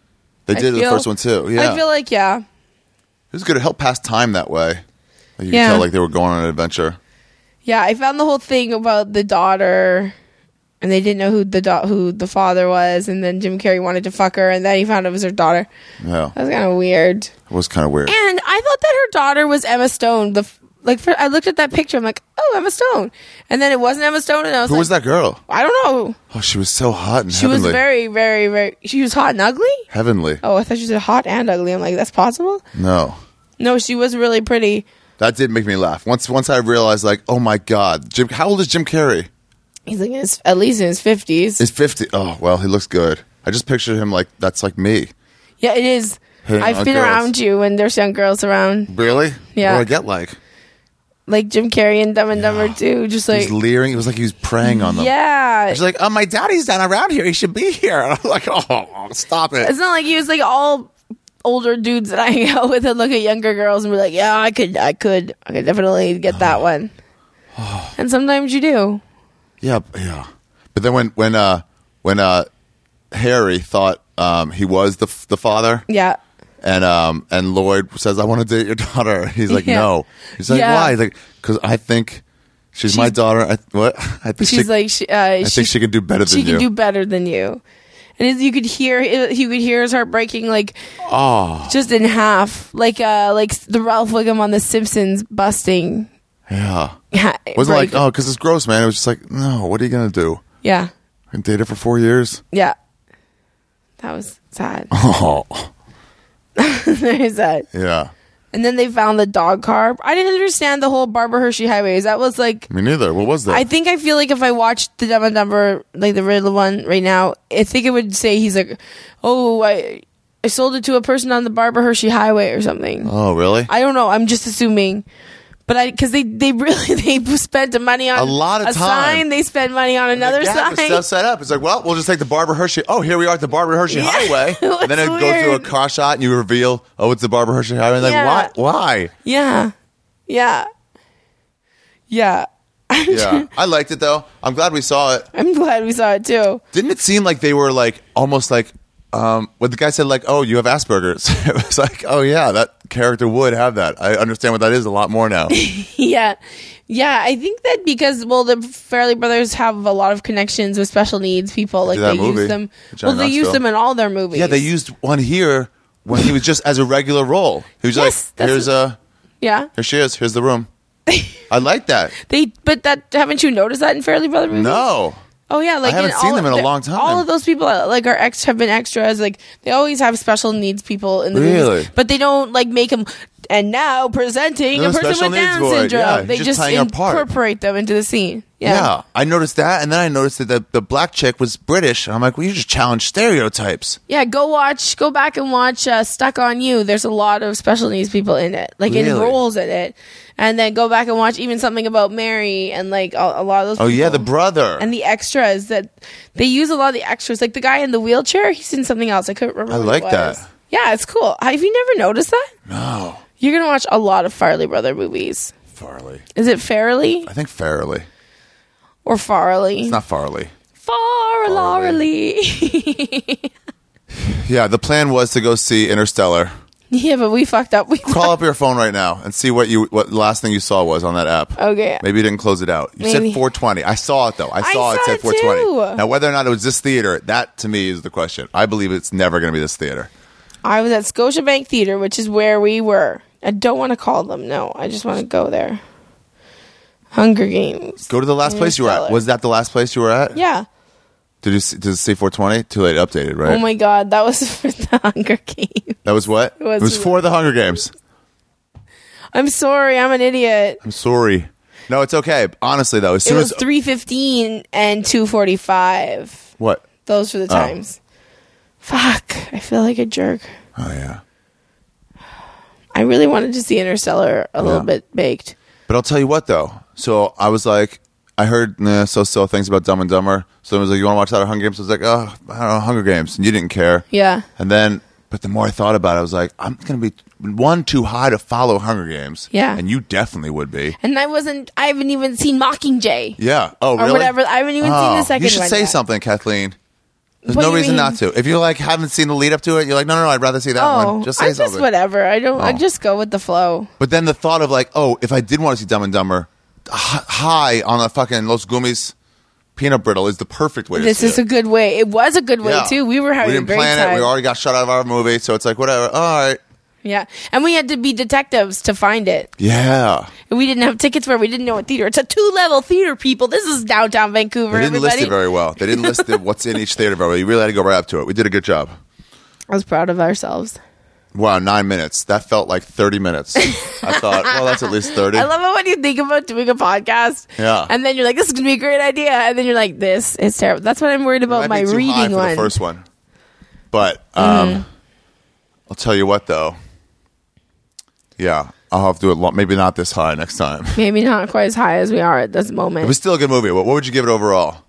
S2: they
S1: I
S2: did the
S1: feel-
S2: first one too. Yeah,
S1: I feel like yeah,
S2: it was good to help pass time that way. Like, you
S1: Yeah.
S2: could tell like they were going on an adventure.
S1: yeah. I found the whole thing about the daughter, and they didn't know who the da- who the father was, and then Jim Carrey wanted to fuck her, and then he found it was her daughter.
S2: Yeah,
S1: That was kind of weird.
S2: it was kind of weird.
S1: And I thought that her daughter was Emma Stone. The f- like, for, I looked at that picture. I'm like, oh, Emma Stone. And then it wasn't Emma Stone, and I was
S2: Who
S1: like,
S2: was that girl?
S1: I don't know.
S2: Oh, she was so hot and
S1: She was
S2: heavenly.
S1: very, very, very. She was hot and ugly.
S2: heavenly.
S1: Oh, I thought she said hot and ugly. I'm like, that's possible.
S2: No,
S1: No, she was really pretty.
S2: that did make me laugh. Once, once I realized, like, oh my god, Jim. How old is Jim Carrey?
S1: He's like, in his, at least in his fifties.
S2: He's fifty. Oh well, he looks good. I just pictured him like that's like me.
S1: Yeah, it is.
S2: Hitting
S1: I've
S2: on
S1: been
S2: girls.
S1: around you, and there's young girls around,
S2: Really?
S1: Yeah.
S2: What do I get like?
S1: like Jim Carrey and Dumb and Dumber too. Just
S2: He
S1: like,
S2: was leering. It was like he was preying on them.
S1: yeah.
S2: She's like, oh, my daddy's not around here. He should be here. And I'm like, oh, stop it.
S1: It's not like he was like all older dudes that I hang out with and look at younger girls and be like, yeah, I could, I could, I could definitely get that
S2: Uh-huh.
S1: one. And sometimes you do.
S2: Yeah, b- yeah. But then when when uh when uh Harry thought um he was the f- the father.
S1: Yeah.
S2: and um and Lloyd says, "I want to date your daughter." He's like,
S1: Yeah.
S2: "No." He's like,
S1: Yeah.
S2: "Why?" He's like, "Cause I think she's, my
S1: She's-
S2: daughter. I, what? I think
S1: She's
S2: she,
S1: like, she, uh,
S2: I
S1: she,
S2: think she can do better than
S1: she can
S2: you."
S1: do better than you. And it- you could hear, it- you could hear his heart breaking, like,
S2: oh,
S1: just in half. Like, uh, like the Ralph Wiggum on The Simpsons busting.
S2: yeah.
S1: Yeah.
S2: Wasn't
S1: break.
S2: like, oh, because it's gross, man. It was just like, no. What are you gonna do?
S1: Yeah.
S2: I can date her for four years.
S1: Yeah. That was sad.
S2: Oh,
S1: Very sad.
S2: yeah.
S1: And then they found the dog car. I didn't understand the whole Barbara Hershey highways. That was like
S2: Me neither. What was that?
S1: I think I feel like if I watched the Dumb and Dumber like the Riddler one right now, I think it would say he's like, oh, I I sold it to a person on the Barbara Hershey Highway or something.
S2: Oh, really?
S1: I don't know. I'm just assuming. But I, because they, they really they spent the money on
S2: A lot of time.
S1: sign. They spent money on another
S2: yeah, the
S1: sign.
S2: stuff set up. It's like, well, we'll just take the Barbara Hershey. Oh, here we are at the Barbara Hershey
S1: Yeah,
S2: Highway.
S1: it was
S2: And then it goes through a
S1: weird.
S2: car shot and you reveal, oh, it's the Barbara Hershey Highway. And
S1: Yeah.
S2: like, what? Why?
S1: Yeah, yeah, yeah.
S2: Yeah. I liked it though. I'm glad we saw it.
S1: I'm glad we saw it too.
S2: Didn't it seem like they were like almost like um when the guy said like, "Oh, you have Asperger's." it was like, "Oh yeah, that character would have that." I understand what that is a lot more now.
S1: yeah yeah i think that because well the fairly brothers have a lot of connections with special needs people like
S2: did that
S1: they
S2: movie,
S1: use them
S2: Johnny
S1: well they use
S2: Knoxville.
S1: them in all their movies
S2: yeah, they used one here when he was just as a regular role. He was
S1: Yes,
S2: like,
S1: that's-
S2: "Here's uh
S1: yeah
S2: here she is. Here's the room." I like that.
S1: they but that haven't you noticed that in fairly brother movies
S2: No.
S1: oh yeah like
S2: haven't
S1: in
S2: seen
S1: all
S2: them in a
S1: the-
S2: long time.
S1: all of those people uh, like are ex have been extras like they always have special needs people in the
S2: Really?
S1: movies but they don't like make them and now presenting
S2: No
S1: a person
S2: special
S1: with
S2: needs
S1: down
S2: boy.
S1: syndrome
S2: Yeah,
S1: they
S2: just
S1: just,
S2: playing a part.
S1: incorporate them into the scene
S2: Yeah.
S1: yeah
S2: I noticed that, and then I noticed that the, the black chick was British. And I'm like, well, you just challenge stereotypes.
S1: Yeah, go watch, go back and watch uh, Stuck on You. There's a lot of special needs people in it, like in
S2: Really?
S1: roles in it. And then go back and watch even something about Mary and like a, a lot of those.
S2: Oh yeah, the
S1: people.
S2: brother.
S1: and the extras that they use a lot of the extras. Like the guy in the wheelchair, he's in something else. I couldn't remember.
S2: I
S1: what
S2: like
S1: it was.
S2: that.
S1: Yeah, it's cool. Have you never noticed that?
S2: no,
S1: You're gonna watch a lot of Farley Brother movies.
S2: Farley.
S1: Is it Farley
S2: I think Farley.
S1: or Farley?
S2: It's not Farley.
S1: Farley.
S2: Yeah, the plan was to go see Interstellar.
S1: yeah, but we fucked up. We
S2: Call up your phone right now and see what you what the last thing you saw was on that app.
S1: Okay.
S2: Maybe you didn't close it out. You said
S1: Maybe.
S2: 420. I saw it though. I
S1: I
S2: saw it
S1: saw
S2: said
S1: it
S2: 420.
S1: too.
S2: Now whether or not it was this theater, that to me is the question. I believe it's never going to be this theater.
S1: I was at Scotiabank Theater, which is where we were. I don't want to call them. No, I just want to go there. Hunger Games.
S2: Go to the last place you were at.
S1: Mm, Interstellar.
S2: Was that the last place you were at?
S1: Yeah.
S2: Did you see, did it say 420? Too late. Updated, right?
S1: Oh my God, that was for the Hunger Games.
S2: That was what? It
S1: was-
S2: was, for the Hunger Games.
S1: I'm sorry, I'm an idiot.
S2: I'm sorry. No, it's okay. Honestly, though, as
S1: It
S2: soon
S1: was
S2: as
S1: three fifteen and two forty five.
S2: what?
S1: Those were the times. Fuck, I feel like a jerk.
S2: Oh yeah.
S1: I really wanted to see Interstellar a little bit baked.
S2: But I'll tell you what, though. So I was like, I heard nah, so so things about Dumb and Dumber. So I was like, you want to watch that or Hunger Games? I was like, oh, I don't know, Hunger Games, and you didn't care.
S1: Yeah.
S2: And then, but the more I thought about it, I was like, I'm gonna be one too high to follow Hunger Games.
S1: Yeah.
S2: And you definitely would be.
S1: And I wasn't. I haven't even seen Mockingjay
S2: Yeah. Oh,
S1: or
S2: really?
S1: whatever. I haven't even seen
S2: Oh,
S1: the second.
S2: You should
S1: one
S2: say
S1: yet.
S2: something, Kathleen. There's
S1: What do
S2: no
S1: you
S2: reason
S1: mean? Oh,
S2: not to. If you like haven't seen the lead up to it, you're like, no, no, no, I'd rather see that one. Just say
S1: I
S2: something.
S1: just whatever. I don't. I
S2: Oh.
S1: just go with the flow.
S2: But then the thought of like, oh, if I did want to see Dumb and Dumber, h- high on a fucking Los Gummies peanut brittle is the perfect way.
S1: This
S2: to see
S1: is
S2: it.
S1: a good way. It was a good way
S2: Yeah.
S1: too. We were having
S2: we
S1: a
S2: didn't
S1: great
S2: plan
S1: time.
S2: it. We already got shut out of our movie, so it's like whatever. All right,
S1: yeah, and we had to be detectives to find it.
S2: yeah.
S1: We didn't have tickets for. it. We didn't know what theater. It's a two-level theater. People, this is downtown Vancouver.
S2: They didn't
S1: everybody,
S2: list it very well. They didn't list the, what's in each theater very well. You really had to go right up to it. We did a good job.
S1: I was proud of ourselves.
S2: Wow, nine minutes. That felt like thirty minutes. I thought, well, that's at least thirty.
S1: I love it when you think about doing a podcast.
S2: Yeah.
S1: and then you're like, "This is gonna be a great idea," and then you're like, "This is terrible." That's what I'm worried about.
S2: Might
S1: My
S2: be too
S1: reading
S2: high for
S1: one. Mm.
S2: the first one, but um, I'll tell you what though. Yeah, I'll have to do it. Lo- maybe not this high next time.
S1: Maybe not quite as high as we are at this moment.
S2: It was still a good movie. What, what would you give it overall?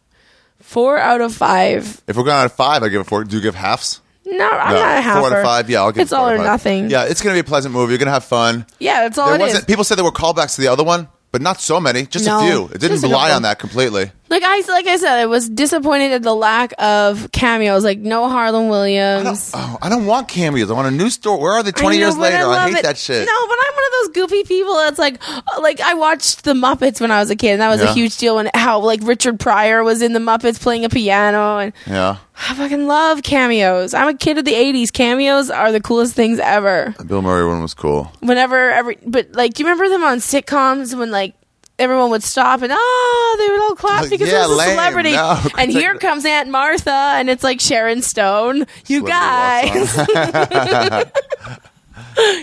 S1: four out of five
S2: If we're going out of five, I give it four. Do you give halves?
S1: No, I'm
S2: No.
S1: not a halfer.
S2: Four out of five. Yeah, I'll give
S1: it's
S2: it four
S1: all
S2: out
S1: or
S2: of five.
S1: nothing.
S2: Yeah, it's going to be a pleasant movie. You're going to have fun.
S1: yeah, that's all
S2: There
S1: it is.
S2: wasn't. People said there were callbacks to the other one, but not so many. Just
S1: No,
S2: a few. It didn't
S1: just a
S2: rely
S1: couple.
S2: on that completely.
S1: like I like I said, I was disappointed at the lack of cameos. Like no Harlan
S2: I don't,
S1: Williams.
S2: oh, I don't want cameos. I want a new story. Where are they? Twenty
S1: I know,
S2: years
S1: but
S2: later, I,
S1: love
S2: hate
S1: it.
S2: that shit.
S1: No, but I'm one of those goofy people that's like, like I watched the Muppets when I was a kid, and that was
S2: Yeah.
S1: a huge deal. And how like Richard Pryor was in the Muppets playing a piano, and
S2: Yeah,
S1: I fucking love cameos. I'm a kid of the '80s. Cameos are the coolest things ever.
S2: the Bill Murray one was cool.
S1: whenever every but like do you remember them on sitcoms when like everyone would stop and oh they would all clap
S2: Like,
S1: because
S2: yeah,
S1: it was a
S2: lame.
S1: celebrity
S2: No.
S1: and here comes aunt martha and it's like sharon stone you guys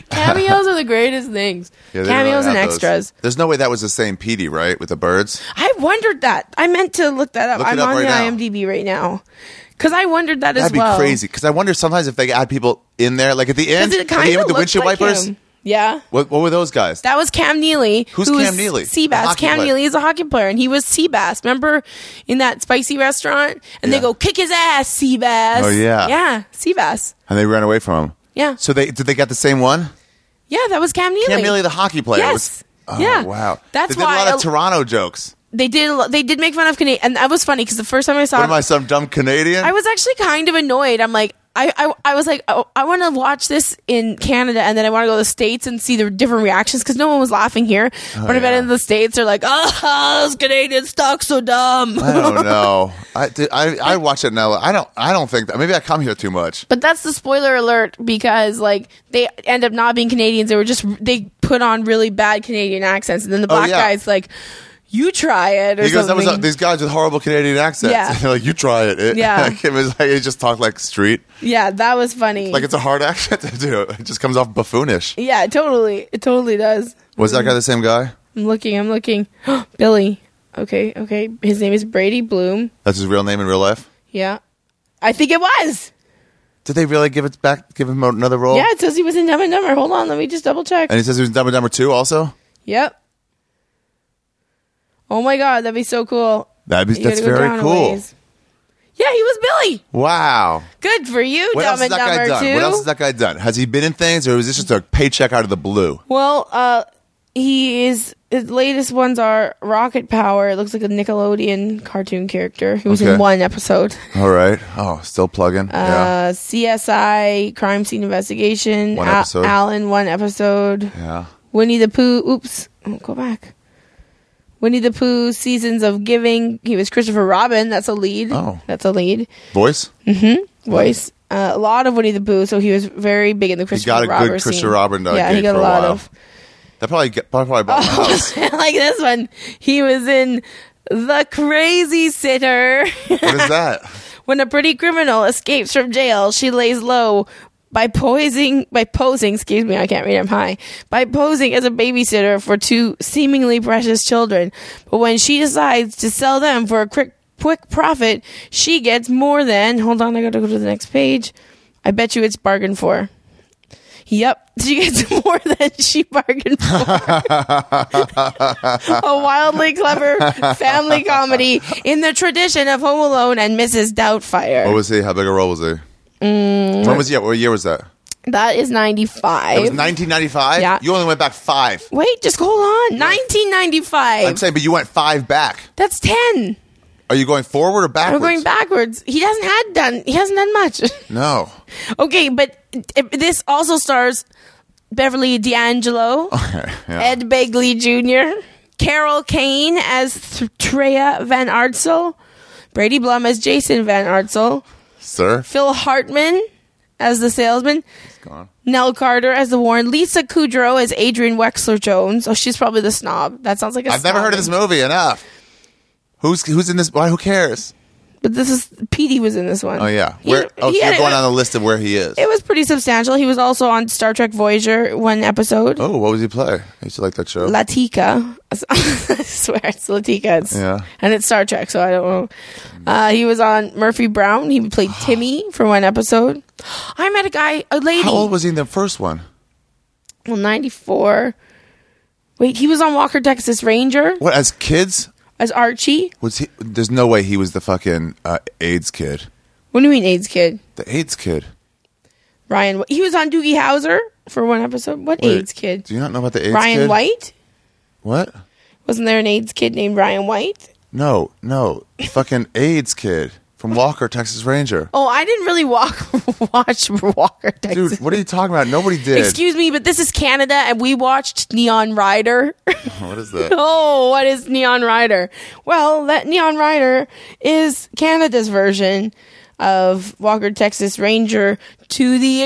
S1: cameos are the greatest things
S2: Yeah, they didn't
S1: cameos
S2: really
S1: and
S2: have those.
S1: extras
S2: There's no way that was the same PD, right? With the birds.
S1: i wondered that i meant to look that up
S2: Look it
S1: i'm
S2: up
S1: on
S2: right
S1: the
S2: now.
S1: imdb right now Because I wondered that as
S2: That'd be
S1: well.
S2: crazy. Because I wonder sometimes if they add people in there, like at the end,
S1: Because
S2: at
S1: it
S2: the
S1: kind
S2: end
S1: of
S2: with the windshield
S1: like
S2: wipers.
S1: Him. Yeah.
S2: What, what were those guys?
S1: That was Cam Neely.
S2: Who's
S1: who
S2: Cam
S1: was
S2: Neely? The
S1: Seabass.
S2: hockey
S1: Cam
S2: player.
S1: Neely is a hockey player, and he was Seabass. Remember in that spicy restaurant? And
S2: Yeah.
S1: they go, kick his ass, Seabass.
S2: Oh, yeah.
S1: Yeah, Seabass.
S2: And they ran away from him.
S1: Yeah.
S2: So they did they get the same one?
S1: yeah, that was Cam Neely.
S2: Cam Neely, the hockey player.
S1: Yes.
S2: Was, oh,
S1: yeah.
S2: Wow.
S1: That's
S2: they did
S1: why
S2: a lot of
S1: a-
S2: Toronto jokes.
S1: they did. a lo- They did make fun of Canadian, and that was funny because the first time I saw
S2: What
S1: it,
S2: am I, some dumb Canadian?
S1: I was actually kind of annoyed. I'm like, I, I, I was like, oh, I want to watch this in Canada, and then I want to go to the states and see the different reactions because no one was laughing here. when I went
S2: Oh, yeah.
S1: into the states, they're like, "Oh, those Canadians talk so dumb."
S2: I don't know. I, did- I I watch it now. I don't. I don't think. Maybe I come here too much.
S1: But that's the spoiler alert because like they end up not being Canadians. They were just they put on really bad Canadian accents, and then the
S2: Oh,
S1: black
S2: yeah.
S1: guy's like, "You try it," or
S2: He goes, that
S1: something.
S2: was, these guys with horrible Canadian accents.
S1: Yeah.
S2: And they're like, you try it. it
S1: Yeah.
S2: it was like, it just talked like street.
S1: yeah, that was funny.
S2: Like it's a hard accent to do. It just comes off buffoonish.
S1: yeah, totally. It totally does.
S2: Was that guy the same guy?
S1: I'm looking. I'm looking. Billy. Okay, okay. His name is Brady Bloom.
S2: That's his real name in real life.
S1: Yeah. I think it was.
S2: Did they really give it back? Give him another role?
S1: Yeah, it says he was in Dumb and Dumber. Hold on, let me just double check.
S2: Oh. And he says he was in Dumb and Dumber Two also.
S1: Yep. Oh my god, that'd be so cool.
S2: That'd be,
S1: You
S2: that's
S1: gotta go
S2: very
S1: down a
S2: cool.
S1: ways. Yeah, he was Billy.
S2: Wow.
S1: Good for you,
S2: What
S1: Dumb
S2: else has
S1: and
S2: that guy
S1: Dumber
S2: done?
S1: too.
S2: What else has that guy done? Has he been in things, or was this just a paycheck out of the blue?
S1: well, uh, he is. His latest ones are Rocket Power. It looks like a Nickelodeon cartoon character. He was
S2: Okay.
S1: in one episode.
S2: All right. Oh, still plugging. yeah.
S1: Uh, CSI crime scene investigation.
S2: One
S1: Al-
S2: episode.
S1: Alan one episode.
S2: Yeah.
S1: Winnie the Pooh. Oops, Oh, go back. Winnie the Pooh seasons of giving. He was Christopher Robin. That's a lead.
S2: Oh.
S1: that's a lead
S2: Voice.
S1: voice. Uh, a lot of Winnie the Pooh, so he was very big in the Christopher
S2: got a good
S1: Robin scene.
S2: Christopher Robin, uh,
S1: yeah, he
S2: gig
S1: got
S2: for
S1: a
S2: a
S1: lot
S2: while.
S1: of.
S2: That probably get, probably bought my house.
S1: like this one, he was in the Crazy Sitter.
S2: What is that?
S1: When a pretty criminal escapes from jail, she lays low by posing by posing, excuse me, I can't read I'm high. By posing as a babysitter for two seemingly precious children. But when she decides to sell them for a quick quick profit, she gets more than hold on, I gotta go to the next page. I bet you it's bargained for. Yep, she gets more than she bargained for. a wildly clever family comedy in the tradition of Home Alone and Mrs. Doubtfire.
S2: What was he? How big a role was he?
S1: Mm.
S2: When was yeah? What year was that?
S1: that is
S2: It was
S1: 95.
S2: 1995.
S1: Yeah.
S2: You only went back five.
S1: Wait, just hold on. 1995.
S2: I'm saying, but you went five back.
S1: That's 10.
S2: Are you going forward or
S1: We're
S2: backwards?
S1: going backwards. He hasn't had done. He hasn't done much.
S2: No.
S1: okay, but it, this also stars Beverly D'Angelo,
S2: Yeah.
S1: Ed Begley Jr., Carol Kane as Th- Treya Van Artsel, Brady Blum as Jason Van Artsel,
S2: Sir.
S1: Phil Hartman as the salesman,
S2: Gone.
S1: Nell Carter as the Warren, Lisa Kudrow as Adrian Wexler Jones. Oh, she's probably the snob. That sounds like a
S2: I've never
S1: snob
S2: heard of this
S1: name.
S2: movie enough. Who's who's in this? Why? Who cares?
S1: But this is Petey was in this one.
S2: Oh yeah.
S1: He-
S2: Where? oh,
S1: he
S2: so you're
S1: had-
S2: going on the list of where he is.
S1: It was pretty substantial. He was also on Star Trek Voyager one episode.
S2: Oh, what was he play? I used to like that show.
S1: Latika. I swear it's Latika. It's,
S2: Yeah.
S1: And it's Star Trek, so I don't know. Uh, he was on Murphy Brown. He played Timmy for one episode. I met a guy, a lady.
S2: How old was he in the first one?
S1: well, 94. Wait, he was on Walker, Texas Ranger
S2: What? As kids?
S1: as Archie.
S2: Was he? There's no way he was the fucking uh, AIDS kid.
S1: What do you mean AIDS kid?
S2: The AIDS kid.
S1: Ryan. He was on Doogie Howser for one episode. What
S2: Wait,
S1: AIDS kid?
S2: Do you not know about the AIDS
S1: Ryan
S2: kid?
S1: White?
S2: What?
S1: Wasn't there an AIDS kid named Ryan White?
S2: No, no, fucking AIDS kid from Walker, Texas Ranger.
S1: Oh, I didn't really walk watch Walker Texas.
S2: Dude, what are you talking about? Nobody did.
S1: Excuse me, but this is Canada, and we watched Neon Rider.
S2: What is that?
S1: oh, what is Neon Rider? Well, that Neon Rider is Canada's version of Walker Texas Ranger to the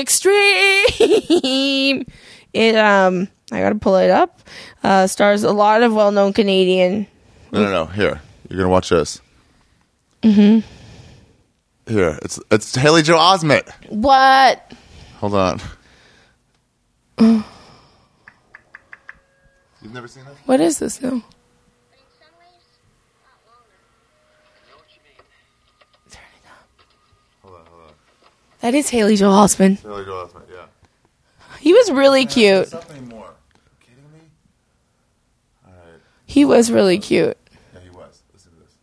S1: extreme. It um, I gotta pull it up. Uh, stars a lot of well-known Canadian.
S2: No, no, no. Here, you're gonna watch this. Mm-hmm. Here, it's it's Haley Joe Osment.
S1: What?
S2: Hold on. You've never seen that?
S1: What is this now?
S5: some ways, not longer. I know what you mean.
S1: That is Haley Joel Osment.
S2: Haley Joel Osment, yeah.
S1: He was really cute.
S2: Something more. Kidding me? All right.
S1: He was really cute.
S2: Yeah, he was. Listen to this.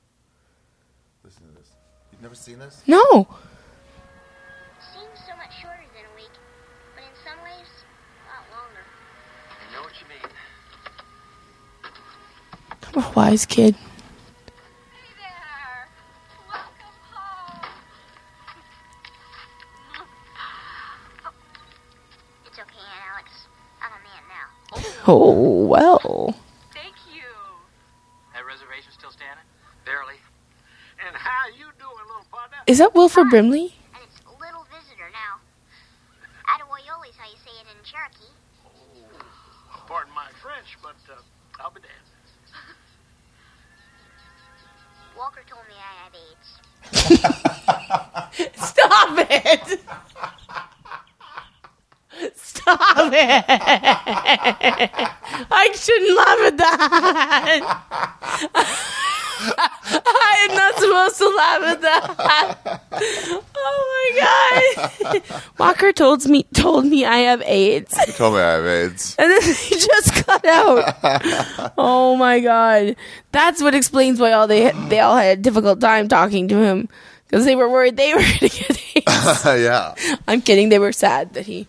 S2: Listen to this. You've never seen this?
S1: No.
S5: seems so much shorter than a week, but in some ways, a lot longer.
S6: I know what you mean.
S1: I'm a wise kid.
S5: Hey there! Welcome home! It's okay, Aunt Alex. I'm a man now.
S1: Oh, well.
S5: Thank you!
S6: That reservation still standing? Barely. And how you doing, little partner?
S1: Is that Wilford Brimley?
S5: And it's little visitor now. Adawoyoli's how you say it in Cherokee.
S6: Pardon my French, but uh, I'll be damned.
S5: Walker told me I had AIDS.
S1: Stop it. Stop it. I shouldn't laugh at that. I am not supposed to laugh at that. Oh my god. Walker told me told me I have AIDS.
S2: Tell me I have AIDS.
S1: And then he just cut out. oh my god, that's what explains why all they they all had a difficult time talking to him because they were worried they were going to get AIDS.
S2: yeah.
S1: I'm kidding. They were sad that he.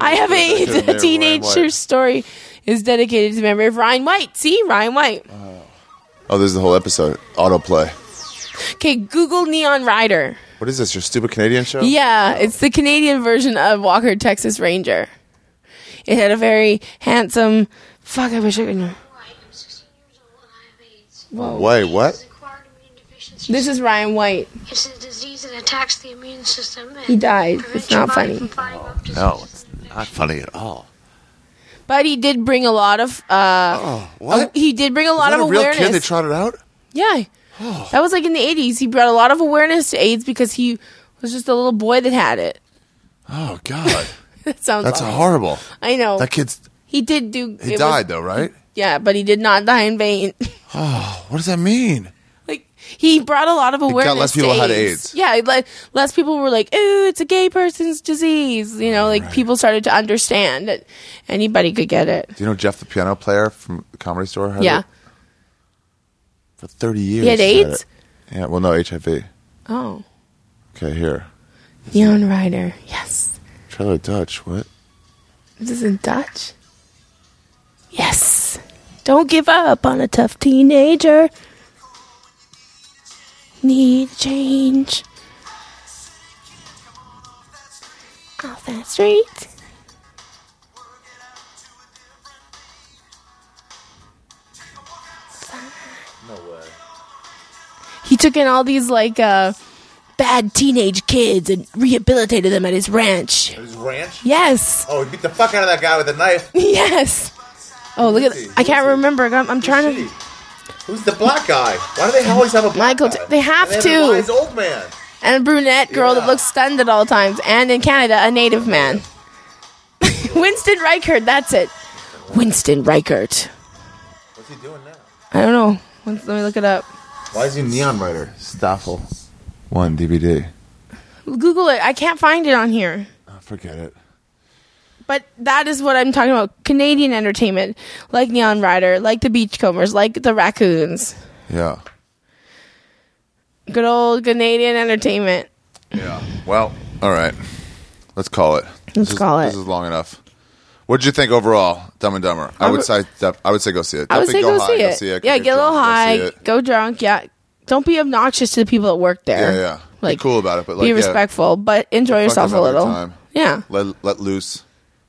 S1: I have AIDS. A
S2: They were Ryan White.
S1: teenager's story is dedicated to the memory of Ryan White. See, Ryan White.
S2: Oh, there's the whole episode. Autoplay.
S1: Okay, Google Neon Rider.
S2: What is this? Your stupid Canadian show?
S1: Yeah, it's the Canadian version of Walker Texas Ranger. It had a very handsome. Fuck, I wish I could. know.
S7: I'm 16 years old and I have AIDS.
S1: Whoa.
S2: Wait, what?
S7: It's acquired immune deficiency.
S1: This is Ryan White.
S7: It's a disease that attacks the immune system. And
S1: He died. It's not funny.
S2: No, it's not funny at all.
S1: But he did bring a lot of uh
S2: Oh, What?
S1: he did bring a lot
S2: Is that
S1: of
S2: a real
S1: awareness.
S2: kid they Oh. trotted out?
S1: yeah. That was like in the 80s. He brought a lot of awareness to AIDS because he was just a little boy that had it.
S2: Oh, God.
S1: That sounds
S2: That's
S1: awful.
S2: horrible.
S1: I know.
S2: That kid's.
S1: he did do it
S2: He
S1: was-
S2: died, though, right?
S1: yeah, but he did not die in vain.
S2: What does that mean?
S1: like he brought a lot of awareness
S2: less
S1: to
S2: people had AIDS.
S1: Yeah, it let, less people were like, "Ooh, it's a gay person's disease." You know, like people started to understand that anybody could get it.
S2: Do you know Jeff, the piano player from the Comedy Store? Had
S1: yeah.
S2: it For 30 years.
S1: He had AIDS?
S2: it. Yeah, well, no, HIV.
S1: Oh.
S2: Okay, here.
S1: Neon Rider. Yes.
S2: Trailer Dutch, what?
S1: This is in Dutch. Yes. Don't give up on a tough teenager. Need change. Off that street.
S2: No way.
S1: He took in all these like uh bad teenage kids and rehabilitated them at his ranch.
S2: His ranch?
S1: Yes.
S2: Oh, he beat the fuck out of that guy with a knife.
S1: Yes. Oh, look
S2: Who is
S1: at
S2: he?
S1: I can't
S2: Who is he?
S1: remember. I'm, I'm trying to
S2: Who's the black guy? Why do they always have a black
S1: Michael, guy? they have And they have a to. wise
S2: old man.
S1: and a brunette girl that
S2: Yeah.
S1: looks stunned at all times, and in Canada, a native man. Winston Reichert, that's it. Winston Reichert.
S2: What's he doing now?
S1: I don't know. Let's- Let me look it up.
S2: Why is he neon writer? Staffel. One DVD.
S1: Google it. I can't find it on here.
S2: Oh, forget it.
S1: But that is what I'm talking about. Canadian entertainment, like Neon Rider, like the Beachcombers, like the Raccoons.
S2: Yeah.
S1: Good old Canadian entertainment.
S2: Yeah. Well, all right. Let's call it.
S1: Let's
S2: is,
S1: call it.
S2: This is long enough. What did you think overall, Dumb and Dumber? I, would
S1: would-
S2: say def- I would say go see it.
S1: I would say
S2: Definitely
S1: go,
S2: high,
S1: see, it. Yeah, get a little
S2: drunk, go see
S1: high,
S2: it.
S1: go drunk. Yeah, don't be obnoxious to the people that work there.
S2: Yeah, yeah. Be cool about it, but, like,
S1: be
S2: yeah.
S1: respectful, but enjoy yourself a
S2: have a good
S1: little.
S2: time.
S1: Yeah,
S2: Let let loose.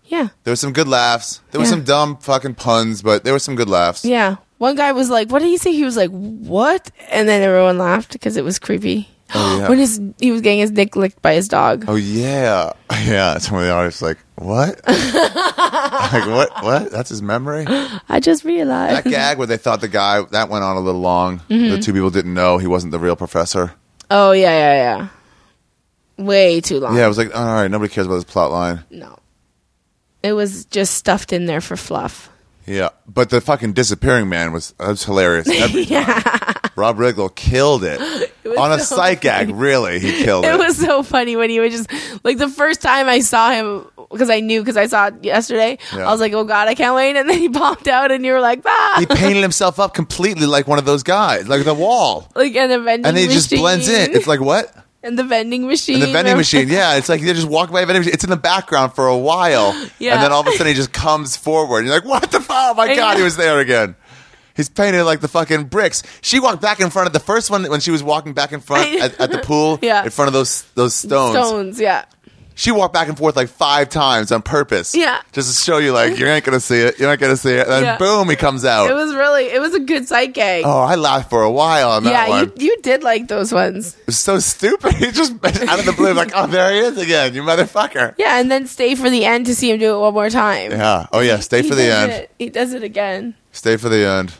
S1: yeah,
S2: There were some good laughs. There were
S1: Yeah.
S2: some dumb fucking puns, but there were some good laughs.
S1: yeah. One guy was like, "What did he say?" He was like, "What?" And then everyone laughed because it was creepy.
S2: Oh, yeah.
S1: when his he was getting his dick licked by his dog.
S2: Oh yeah, yeah. Some of the audience like, what? like what? What? That's his memory.
S1: I just realized.
S2: That gag where they thought the guy that went on a little long.
S1: Mm-hmm.
S2: The two people didn't know he wasn't the real professor.
S1: Oh yeah, yeah, yeah. Way too long.
S2: Yeah, I was like, all right, nobody cares about this plot line.
S1: No, it was just stuffed in there for fluff.
S2: Yeah, but the fucking disappearing man was that was hilarious. Every time. Rob Riggle killed it.
S1: It was
S2: on a
S1: so
S2: psych
S1: funny.
S2: gag. Really, he killed it.
S1: It was so funny when he was just like the first time I saw him because I knew because I saw it yesterday.
S2: Yeah.
S1: I was like, oh god, I can't wait. And then he popped out, and you were like, ah,
S2: he painted himself up completely like one of those guys, like the wall,
S1: like and the vending
S2: and he
S1: machine.
S2: just blends in. It's like what?
S1: and the vending machine
S2: And the vending
S1: remember?
S2: machine, yeah, it's like they just walk by a vending machine. It's in the background for a while,
S1: Yeah.
S2: and then all of a sudden he just comes forward. You're like, what the fuck? Oh my
S1: I
S2: god,
S1: know.
S2: he was there again. He's painted like the fucking bricks. She walked back in front of the first one when she was walking back in front
S1: I-
S2: at, at the pool,
S1: Yeah.
S2: in front of those those
S1: Stones, yeah.
S2: she walked back and forth like five times on purpose.
S1: Yeah.
S2: Just to show you, like, you ain't going to see it. You're not going to see it. And then
S1: Yeah.
S2: boom, he comes out.
S1: It was really, it was a good sight gag.
S2: oh, I laughed for a while on that
S1: yeah,
S2: one.
S1: you you did like those ones.
S2: It was so stupid. He just, out of the blue, like, oh, there he is again, you motherfucker.
S1: Yeah, and then stay for the end to see him do it one more time.
S2: Yeah. Oh, yeah. Stay
S1: He
S2: for the
S1: does
S2: end.
S1: it- He does it again.
S2: Stay for the end.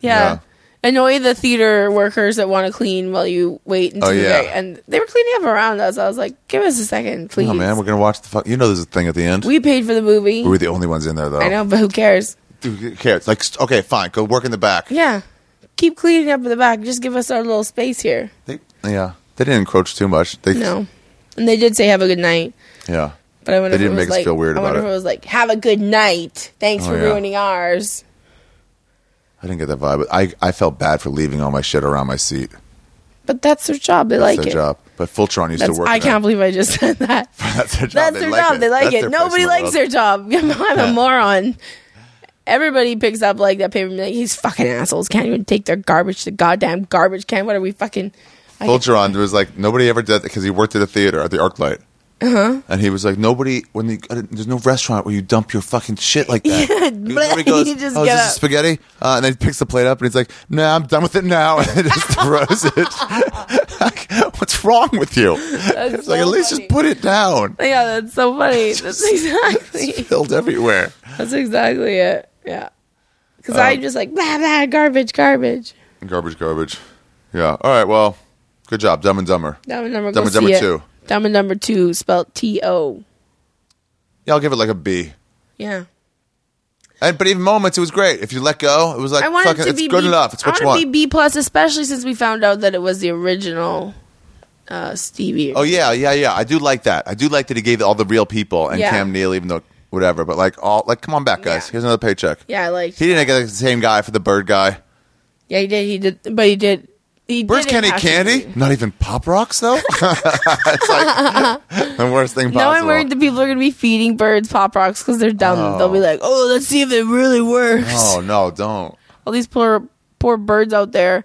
S1: Yeah.
S2: Yeah.
S1: Annoy the theater workers that want to clean while you wait until
S2: Oh,
S1: the
S2: yeah.
S1: very end. They were cleaning up around us. I was like, give us a second, please.
S2: Oh, man, we're going to watch the fuck. You know there's a thing at the end. We-
S1: we paid for the movie.
S2: were the only ones in there, though.
S1: I know, but who cares?
S2: Who cares? Like, st- okay, fine. Go work in the back.
S1: Yeah. Keep cleaning up in the back. Just give us our little space here.
S2: They, yeah. They didn't encroach too much. They,
S1: No. And they did say have a good night.
S2: Yeah.
S1: But I wonder
S2: They didn't
S1: if it was
S2: make us
S1: like,
S2: feel weird
S1: I
S2: about
S1: wonder
S2: it.
S1: if it was like, have a good night. Thanks
S2: Oh,
S1: for
S2: yeah.
S1: ruining ours.
S2: I didn't get that vibe. I, I felt bad for leaving all my shit around my seat.
S1: But that's their job. They like
S2: That's their
S1: it.
S2: job. But Fultron used
S1: That's,
S2: to work.
S1: I
S2: in
S1: can't believe I just said that.
S2: it. That's their job.
S1: That's
S2: They
S1: their job. They like
S2: That's
S1: it.
S2: their place in
S1: Nobody
S2: the
S1: likes
S2: world.
S1: their job. I'm a moron. Everybody picks up like that paper. and be Like, These fucking assholes can't even take their garbage to goddamn garbage can. What are we fucking? I get-
S2: Fultron was like nobody ever did because he worked at a theater at the ArcLight. Uh-huh. And he was like, nobody. When they, uh, there's no restaurant where you dump your fucking shit like
S1: Yeah,
S2: that. He was- he
S1: you
S2: goes,
S1: just
S2: oh,
S1: get
S2: is this
S1: up."
S2: spaghetti? Uh, and then he picks the plate up and he's like, no, nah, I'm done with it now. And he just throws it. Like, What's wrong with you? It's like
S1: so
S2: at least
S1: funny.
S2: just put it down.
S1: Yeah, that's so funny. That's exactly.
S2: Spilled everywhere.
S1: That's exactly it. Yeah, because I'm just like blah blah garbage garbage.
S2: Garbage, garbage. Yeah. All right. Well, good job. Dumb and Dumber.
S1: Dumb and number.
S2: Dumb
S1: go
S2: and Dumber
S1: see it.
S2: two.
S1: Dumb and number two, spelled T O.
S2: Yeah, I'll give it like a B.
S1: Yeah.
S2: And but even moments, it was great. If you let go, it was like
S1: I want
S2: fucking,
S1: it to
S2: it's
S1: be
S2: good
S1: B-
S2: enough. It's
S1: I
S2: what you
S1: want it to
S2: want.
S1: be B plus, especially since we found out that it was the original uh, Stevie.
S2: oh yeah, yeah, yeah. I do like that. I do like that he gave all the real people and
S1: Yeah.
S2: Cam Neal, even though whatever. But like all like, come on back, guys.
S1: Yeah.
S2: Here's another paycheck.
S1: Yeah, I liked.
S2: He didn't get the same guy for the bird guy.
S1: yeah, he did. He did, but he did. He
S2: Where's
S1: did
S2: Kenny
S1: impact
S2: Candy?
S1: me.
S2: Not even Pop Rocks though. it's like the worst thing
S1: Now I'm
S2: possible.
S1: worried the people are going to be feeding birds pop rocks because they're dumb.
S2: Oh.
S1: They'll be like, "Oh, let's see if it really works."
S2: oh no, don't.
S1: All these poor, poor birds out there.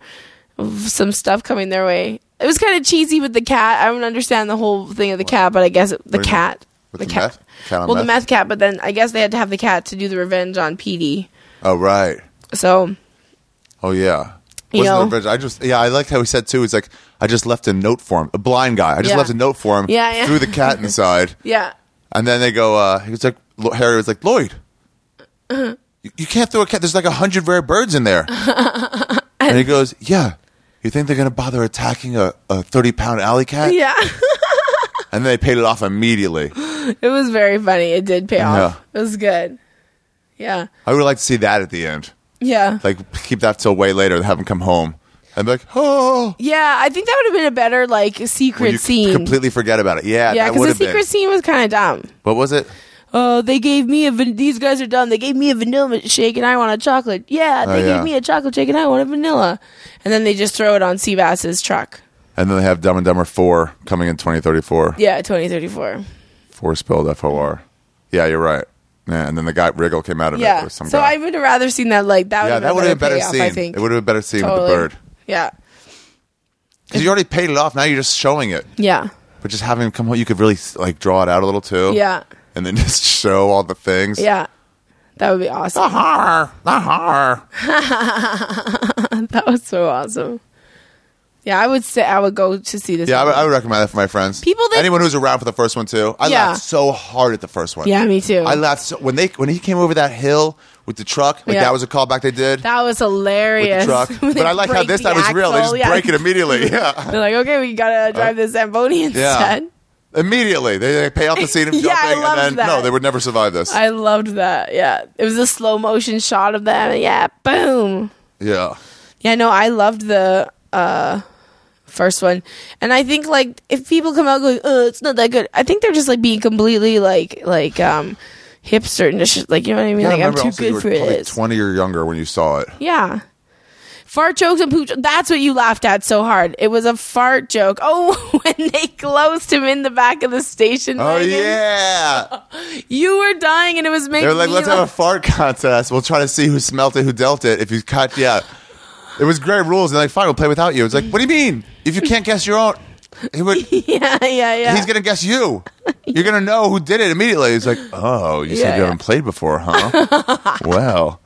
S1: with Some stuff coming their way. It was kind of cheesy with the cat. I don't understand the whole thing of the cat, but I guess it, the
S2: What do you mean?
S1: cat,
S2: With the
S1: cat,
S2: meth? Cat on
S1: well, the
S2: meth?
S1: meth cat. But then I guess they had to have the cat to do the revenge on Petey.
S2: Oh right.
S1: So
S2: Oh yeah.
S1: You
S2: Wasn't
S1: know?
S2: there a bridge? I just yeah, I liked how he said too. He's like, I just left a note for him, a blind guy. I just
S1: Yeah.
S2: left a note for him.
S1: Yeah, yeah.
S2: Threw the cat inside,
S1: yeah,
S2: and then they go. uh He was like, Lo- Harry was like, Lloyd, you, you can't throw a cat. There's like a hundred rare birds in there. and he goes, Yeah. You think they're gonna bother attacking a a thirty pound alley cat?
S1: yeah.
S2: And they paid it off immediately.
S1: It was very funny. It did pay off. It was good. Yeah.
S2: I would like to see that at the end.
S1: Yeah.
S2: Like keep that till way later and have him come home. And be like, oh,
S1: yeah, I think that would have been a better like secret
S2: Well, you
S1: scene.
S2: completely forget about it. Yeah,
S1: yeah,
S2: that would
S1: because
S2: have
S1: the
S2: been.
S1: secret scene was kind of dumb.
S2: What was it?
S1: Oh, they gave me a van- these guys are dumb. They gave me a vanilla shake and I want a chocolate. Yeah, they
S2: Oh, yeah.
S1: gave me a chocolate shake and I want a vanilla. And then they just throw it on Seabass's truck.
S2: And then they have Dumb and Dumber 4 coming in 2034.
S1: Yeah, 2034.
S2: 4 spelled F O R. Yeah, you're right. Yeah, and then the guy Wriggle came out of it
S1: Yeah.
S2: or some
S1: So
S2: guy.
S1: I would have rather seen that like that.
S2: yeah,
S1: would've
S2: that would have been a better
S1: payoff,
S2: scene.
S1: I think.
S2: It would have been a better scene with the
S1: Totally.
S2: bird.
S1: Yeah.
S2: Because you already paid it off. Now you're just showing it.
S1: Yeah.
S2: But just having him come home, you could really like draw it out a little too.
S1: Yeah.
S2: And then just show all the things.
S1: Yeah. That would be awesome.
S2: The horror. The horror.
S1: That was so awesome. Yeah, I would say I would go to see this.
S2: Yeah, I would,
S1: movie.
S2: I would recommend that for my friends.
S1: People that-
S2: Anyone who's around for the first one too. I
S1: Yeah.
S2: laughed so hard at the first one.
S1: yeah, me too.
S2: I laughed so, when they when he came over that hill with the truck. Like
S1: Yeah.
S2: that was a callback they did.
S1: that was
S2: with
S1: hilarious.
S2: the truck.
S1: When
S2: But
S1: they
S2: I like how
S1: break
S2: this
S1: the
S2: time it's real. They
S1: axle,
S2: just
S1: yeah.
S2: break it immediately. Yeah.
S1: They're like, okay, we gotta drive this Zamboni
S2: Yeah.
S1: instead.
S2: Immediately. They, they pay off the scene of jumping
S1: Yeah, I loved
S2: and
S1: that.
S2: then no, they would never survive this.
S1: I loved that. Yeah, it was a slow motion shot of them. Yeah, boom.
S2: yeah.
S1: Yeah, no, I loved the uh, first one. And I think like if people come out going, "Oh, it's not that good," I think they're just like being completely like like um hipster and just like you know what I mean.
S2: Yeah, I
S1: like I'm
S2: remember
S1: too
S2: also you
S1: good
S2: were
S1: for
S2: probably
S1: this.
S2: Twenty or younger when you saw it.
S1: Yeah. Fart jokes and poop. jo- That's what you laughed at so hard. It was a fart joke. Oh, when they closed him in the back of the station
S2: Oh
S1: wagon,
S2: yeah,
S1: you were dying, and it was making
S2: they were like,
S1: me
S2: "Let's have a
S1: laugh.
S2: fart contest. We'll try to see who smelt it, who dealt it. If you caught, yeah." It was great rules. And like, fine, we'll play without you. It's like, what do you mean? If you can't guess your own, he would,
S1: yeah, yeah, yeah.
S2: he's gonna guess you. You're gonna know who did it immediately. He's like, oh, you said
S1: Yeah,
S2: you
S1: yeah.
S2: haven't played before, huh? well.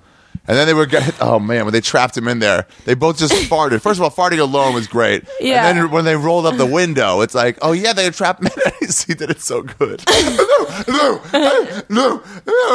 S2: And then they were, g- oh man, when they trapped him in there, they both just farted. First of all, farting alone was great.
S1: Yeah.
S2: And then when they rolled up the window, it's like, oh yeah, they trapped me. he did it so good. no, no, no,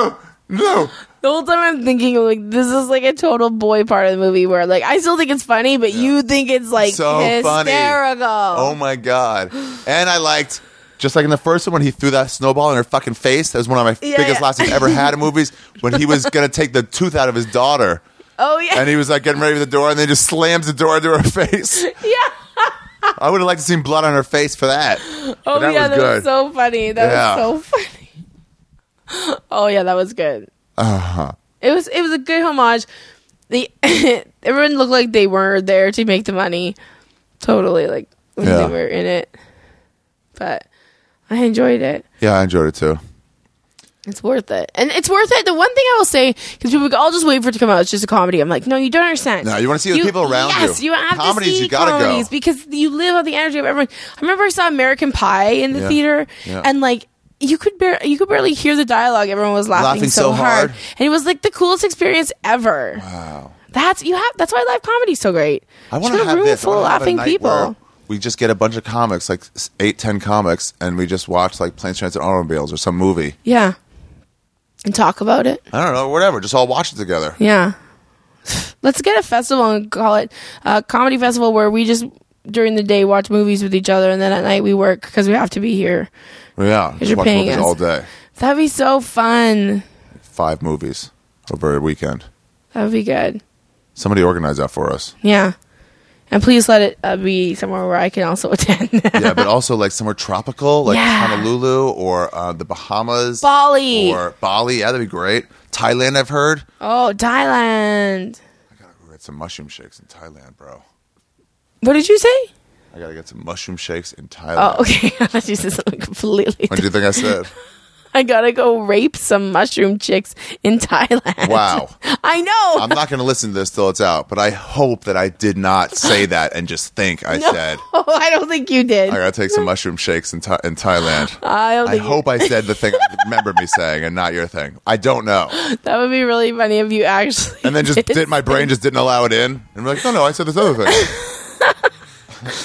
S2: no, no.
S1: the whole time I'm thinking, like, this is like a total boy part of the movie where, like, I still think it's funny, but you think it's like
S2: So funny.
S1: hysterical.
S2: Oh my god! And I liked, just like in the first one, when he threw that snowball in her fucking face. That was one of my
S1: Yeah,
S2: biggest
S1: yeah.
S2: laughs I've ever had in movies. When he was gonna take the tooth out of his daughter,
S1: oh yeah,
S2: and he was like getting ready for the door, and then just slams the door into her face.
S1: yeah.
S2: I would have liked to see blood on her face for that.
S1: Oh
S2: that
S1: yeah,
S2: was
S1: that
S2: good.
S1: was so funny. That
S2: Yeah.
S1: was so funny. Oh yeah, that was good.
S2: Uh-huh.
S1: It was it was a good homage. The everyone looked like they were there to make the money. Totally, like when
S2: Yeah.
S1: they were in it. But I enjoyed it.
S2: Yeah, I enjoyed it too.
S1: It's worth it, and it's worth it. The one thing I will say, because people go, "I'll just wait for it to come out. It's just a comedy." I'm like, no, you don't understand.
S2: No, you wanna see the people around
S1: Yes,
S2: you.
S1: you have
S2: Comedies,
S1: to see
S2: you gotta go.
S1: comedies because you live on the energy of everyone. I remember I saw American Pie in the
S2: Yeah.
S1: theater,
S2: Yeah.
S1: and like. You could bar- you could barely hear the dialogue. Everyone was laughing,
S2: Laughing
S1: so,
S2: so
S1: hard.
S2: hard.
S1: and it was like the coolest experience ever. Wow, that's you have. That's why live comedy's so great.
S2: I
S1: Just
S2: want to
S1: got a
S2: have
S1: room
S2: this. I
S1: full of
S2: wanna have a
S1: laughing
S2: night
S1: people.
S2: where We just get a bunch of comics, like s- eight, ten comics, and we just watch like Planes, Trains, and Automobiles or some movie.
S1: Yeah, and talk about it.
S2: I don't know, whatever. Just all watch it together.
S1: Yeah. Let's get a festival and call it a comedy festival where we just during the day watch movies with each other and then at night we work because we have to be here.
S2: Yeah, just
S1: you're
S2: watch
S1: paying
S2: movies
S1: us.
S2: all day.
S1: That'd be so fun.
S2: Five movies over a weekend.
S1: That'd be good.
S2: Somebody organize that for us.
S1: Yeah. And please let it uh, be somewhere where I can also attend.
S2: Yeah, but also like somewhere tropical, like
S1: Yeah.
S2: Honolulu or uh, the Bahamas,
S1: Bali.
S2: or Bali. Yeah, that'd be great. Thailand, I've heard.
S1: oh, Thailand.
S2: I gotta go get some mushroom shakes in Thailand, bro.
S1: What did you say?
S2: I gotta get some mushroom shakes in Thailand.
S1: Oh, okay. I thought you said something completely.
S2: What do you think I said?
S1: I gotta go rape some mushroom chicks in Thailand.
S2: Wow.
S1: I know.
S2: I'm not gonna listen to this till it's out, but I hope that I did not say that and just think I said
S1: Oh, I don't think you did.
S2: I
S1: I,
S2: gotta take some mushroom shakes in, Tha in Thailand.
S1: don't
S2: I
S1: think you-
S2: hope I said the thing I remember me saying and not your thing. I don't know.
S1: That would be really funny if you actually.
S2: And then just
S1: did.
S2: did my brain just didn't allow it in. And I'm like, no, no, I said this other thing.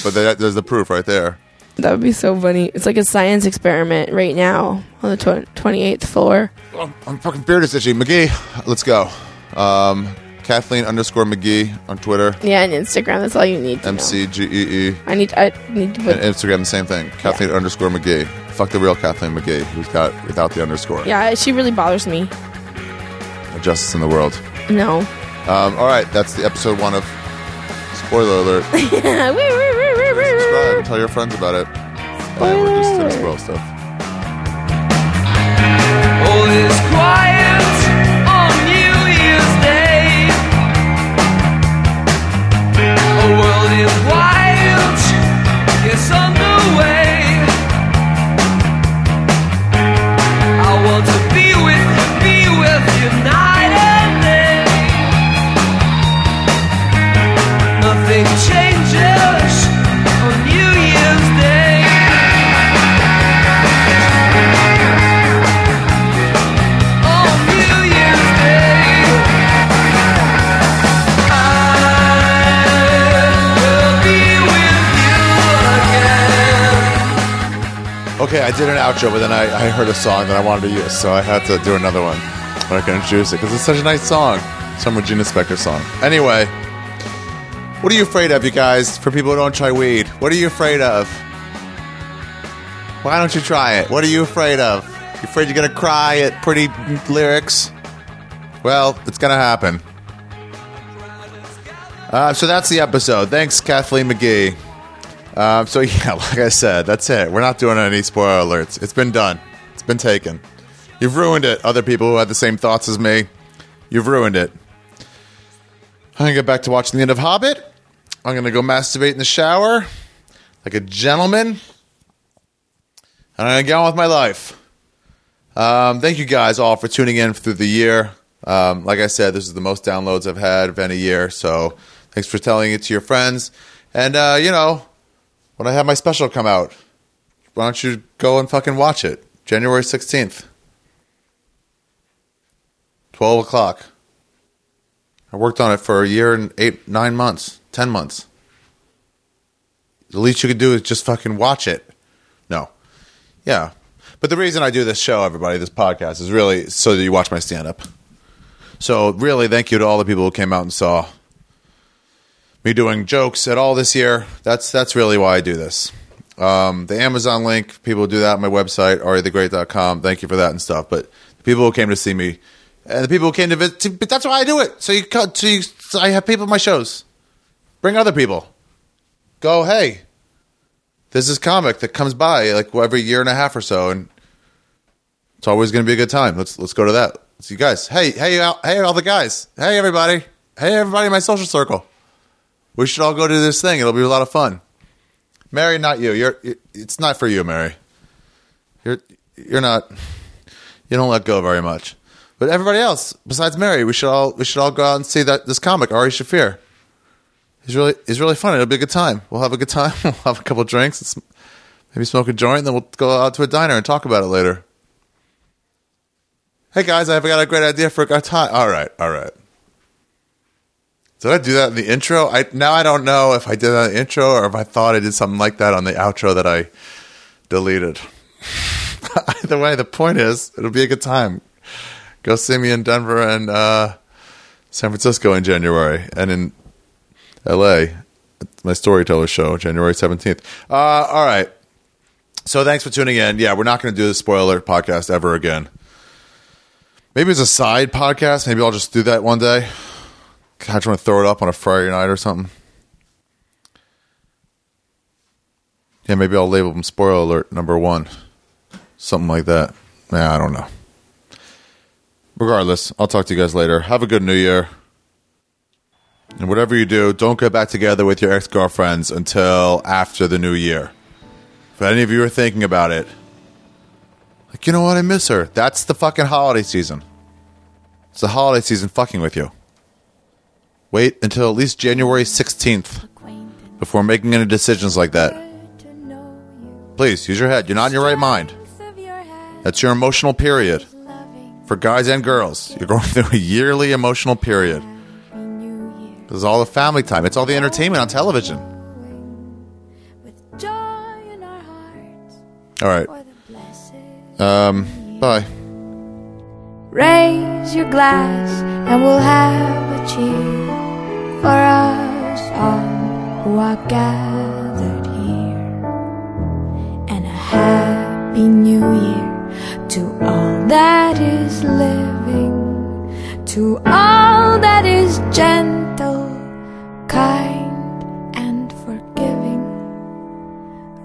S2: but there, there's the proof right there.
S1: That would be so funny. It's like a science experiment right now on the tw- 28th floor.
S2: Oh, I'm fucking beard is itchy. McGee, let's go. Um, Kathleen underscore McGee on Twitter.
S1: Yeah, and Instagram. That's all you need to
S2: M C G E E.
S1: know. I need. I need to put.
S2: And Instagram, the same thing. Kathleen underscore McGee. Fuck the real Kathleen McGee, who's got without the underscore.
S1: yeah, she really bothers me.
S2: No justice in the world.
S1: No.
S2: Um, all right, that's the episode one of Spoiler Alert. subscribe, tell your friends about it. And we're just doing squirrel stuff.
S3: All is quiet on New Year's Day. A world in wild is underway. I want to be with, be with you night and day. Nothing changes on New Year's Day. On New Year's Day, I will be with you again.
S2: Okay, I did an outro, but then I, I heard a song that I wanted to use, so I had to do another one. But I can introduce it because it's such a nice song. Some Regina Spektor song. Anyway, what are you afraid of, you guys? For people who don't try weed, what are you afraid of? Why don't you try it? What are you afraid of? You afraid you're gonna cry at pretty lyrics? Well, it's gonna happen. Uh, so that's the episode. Thanks, Kathleen McGee. Um, so yeah, like I said, that's it. We're not doing any spoiler alerts. It's been done. It's been taken. You've ruined it. Other people who had the same thoughts as me, you've ruined it. I'm gonna get back to watching the end of Hobbit. I'm gonna go masturbate in the shower, like a gentleman, and I'm gonna get on with my life. Um, thank you guys all for tuning in through the year. Um, like I said, this is the most downloads I've had of any year. So thanks for telling it to your friends. And uh, you know, when I have my special come out. Why don't you go and fucking watch it? January 16th. 12 o'clock. I worked on it for a year and eight, nine months, 10 months. The least you could do is just fucking watch it. No. Yeah. But the reason I do this show, everybody, this podcast, is really so that you watch my stand up. So, really, thank you to all the people who came out and saw me doing jokes at all this year. That's that's really why I do this. Um, the Amazon link, people who do that on my website, arithegreat.com. Thank you for that and stuff. But the people who came to see me, and the people who came to visit, but that's why I do it. So you cut, so, you, so I have people at my shows. Bring other people. Go, hey, there's this comic that comes by like every year and a half or so, and it's always going to be a good time. Let's let's go to that. See you guys. Hey, hey, all- hey, all the guys. Hey, everybody. Hey, everybody in my social circle we should all go to this thing. It'll be a lot of fun. Mary, not you. You're. it- It's not for you, Mary. You're. You're not. You don't let go very much. But everybody else, besides Mary, we should all we should all go out and see that this comic Ari Shafir. He's really he's really fun. It'll be a good time. We'll have a good time. We'll have a couple drinks. and sm- maybe smoke a joint. Then we'll go out to a diner and talk about it later. Hey guys, I've got a great idea for a time. All right, all right. Did I do that in the intro? I now I don't know if I did that in the intro or if I thought I did something like that on the outro that I deleted. Either way, the point is it'll be a good time. Go see me in Denver and uh, San Francisco in January and in LA at my storyteller show, January seventeenth. Uh, all right. So thanks for tuning in. Yeah, we're not gonna do the spoiler podcast ever again. Maybe it's a side podcast. Maybe I'll just do that one day. God, you want to throw it up on a Friday night or something? Yeah, maybe I'll label them spoiler alert number one. Something like that. Yeah, I don't know. Regardless, I'll talk to you guys later. Have a good new year. And whatever you do, don't get back together with your ex girlfriends until after the new year. If any of you are thinking about it, like, you know what? I miss her. That's the fucking holiday season. It's the holiday season fucking with you. Wait until at least January 16th before making any decisions like that. Please use your head. You're not in your right mind. That's your emotional period. For guys and girls, you're going through a yearly emotional period. This is all the family time, it's all the entertainment on television. All right. Um, bye.
S8: Raise your glass and we'll have a cheer for us all who are gathered here. And a happy new year to all that is living, to all that is gentle, kind, and forgiving.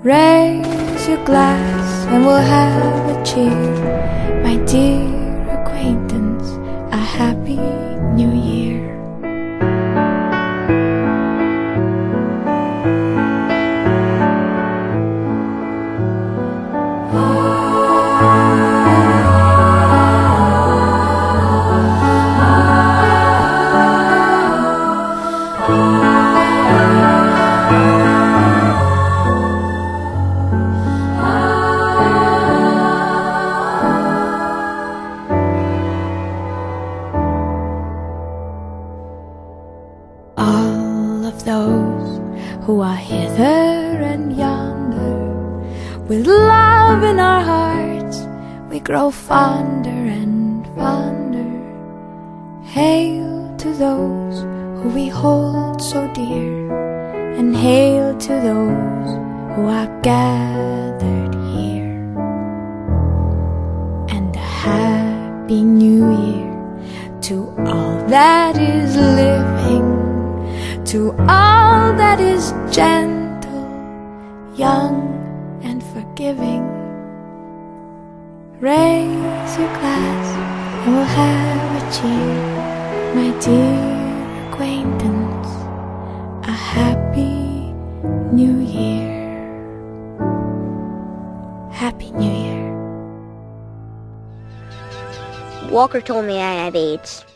S8: Raise your glass and we'll have a cheer my dear acquaintance, a happy new year. All of those who are hither and yonder, with love in our hearts, we grow fonder and fonder. Hail to those who we hold so dear, and hail to those who are gathered here. And a happy new year to all that is living to all that is gentle, young and forgiving. Raise your glass and we'll have a cheer, my dear acquaintance. A happy new year. Happy New Year.
S5: Walker told me I have AIDS.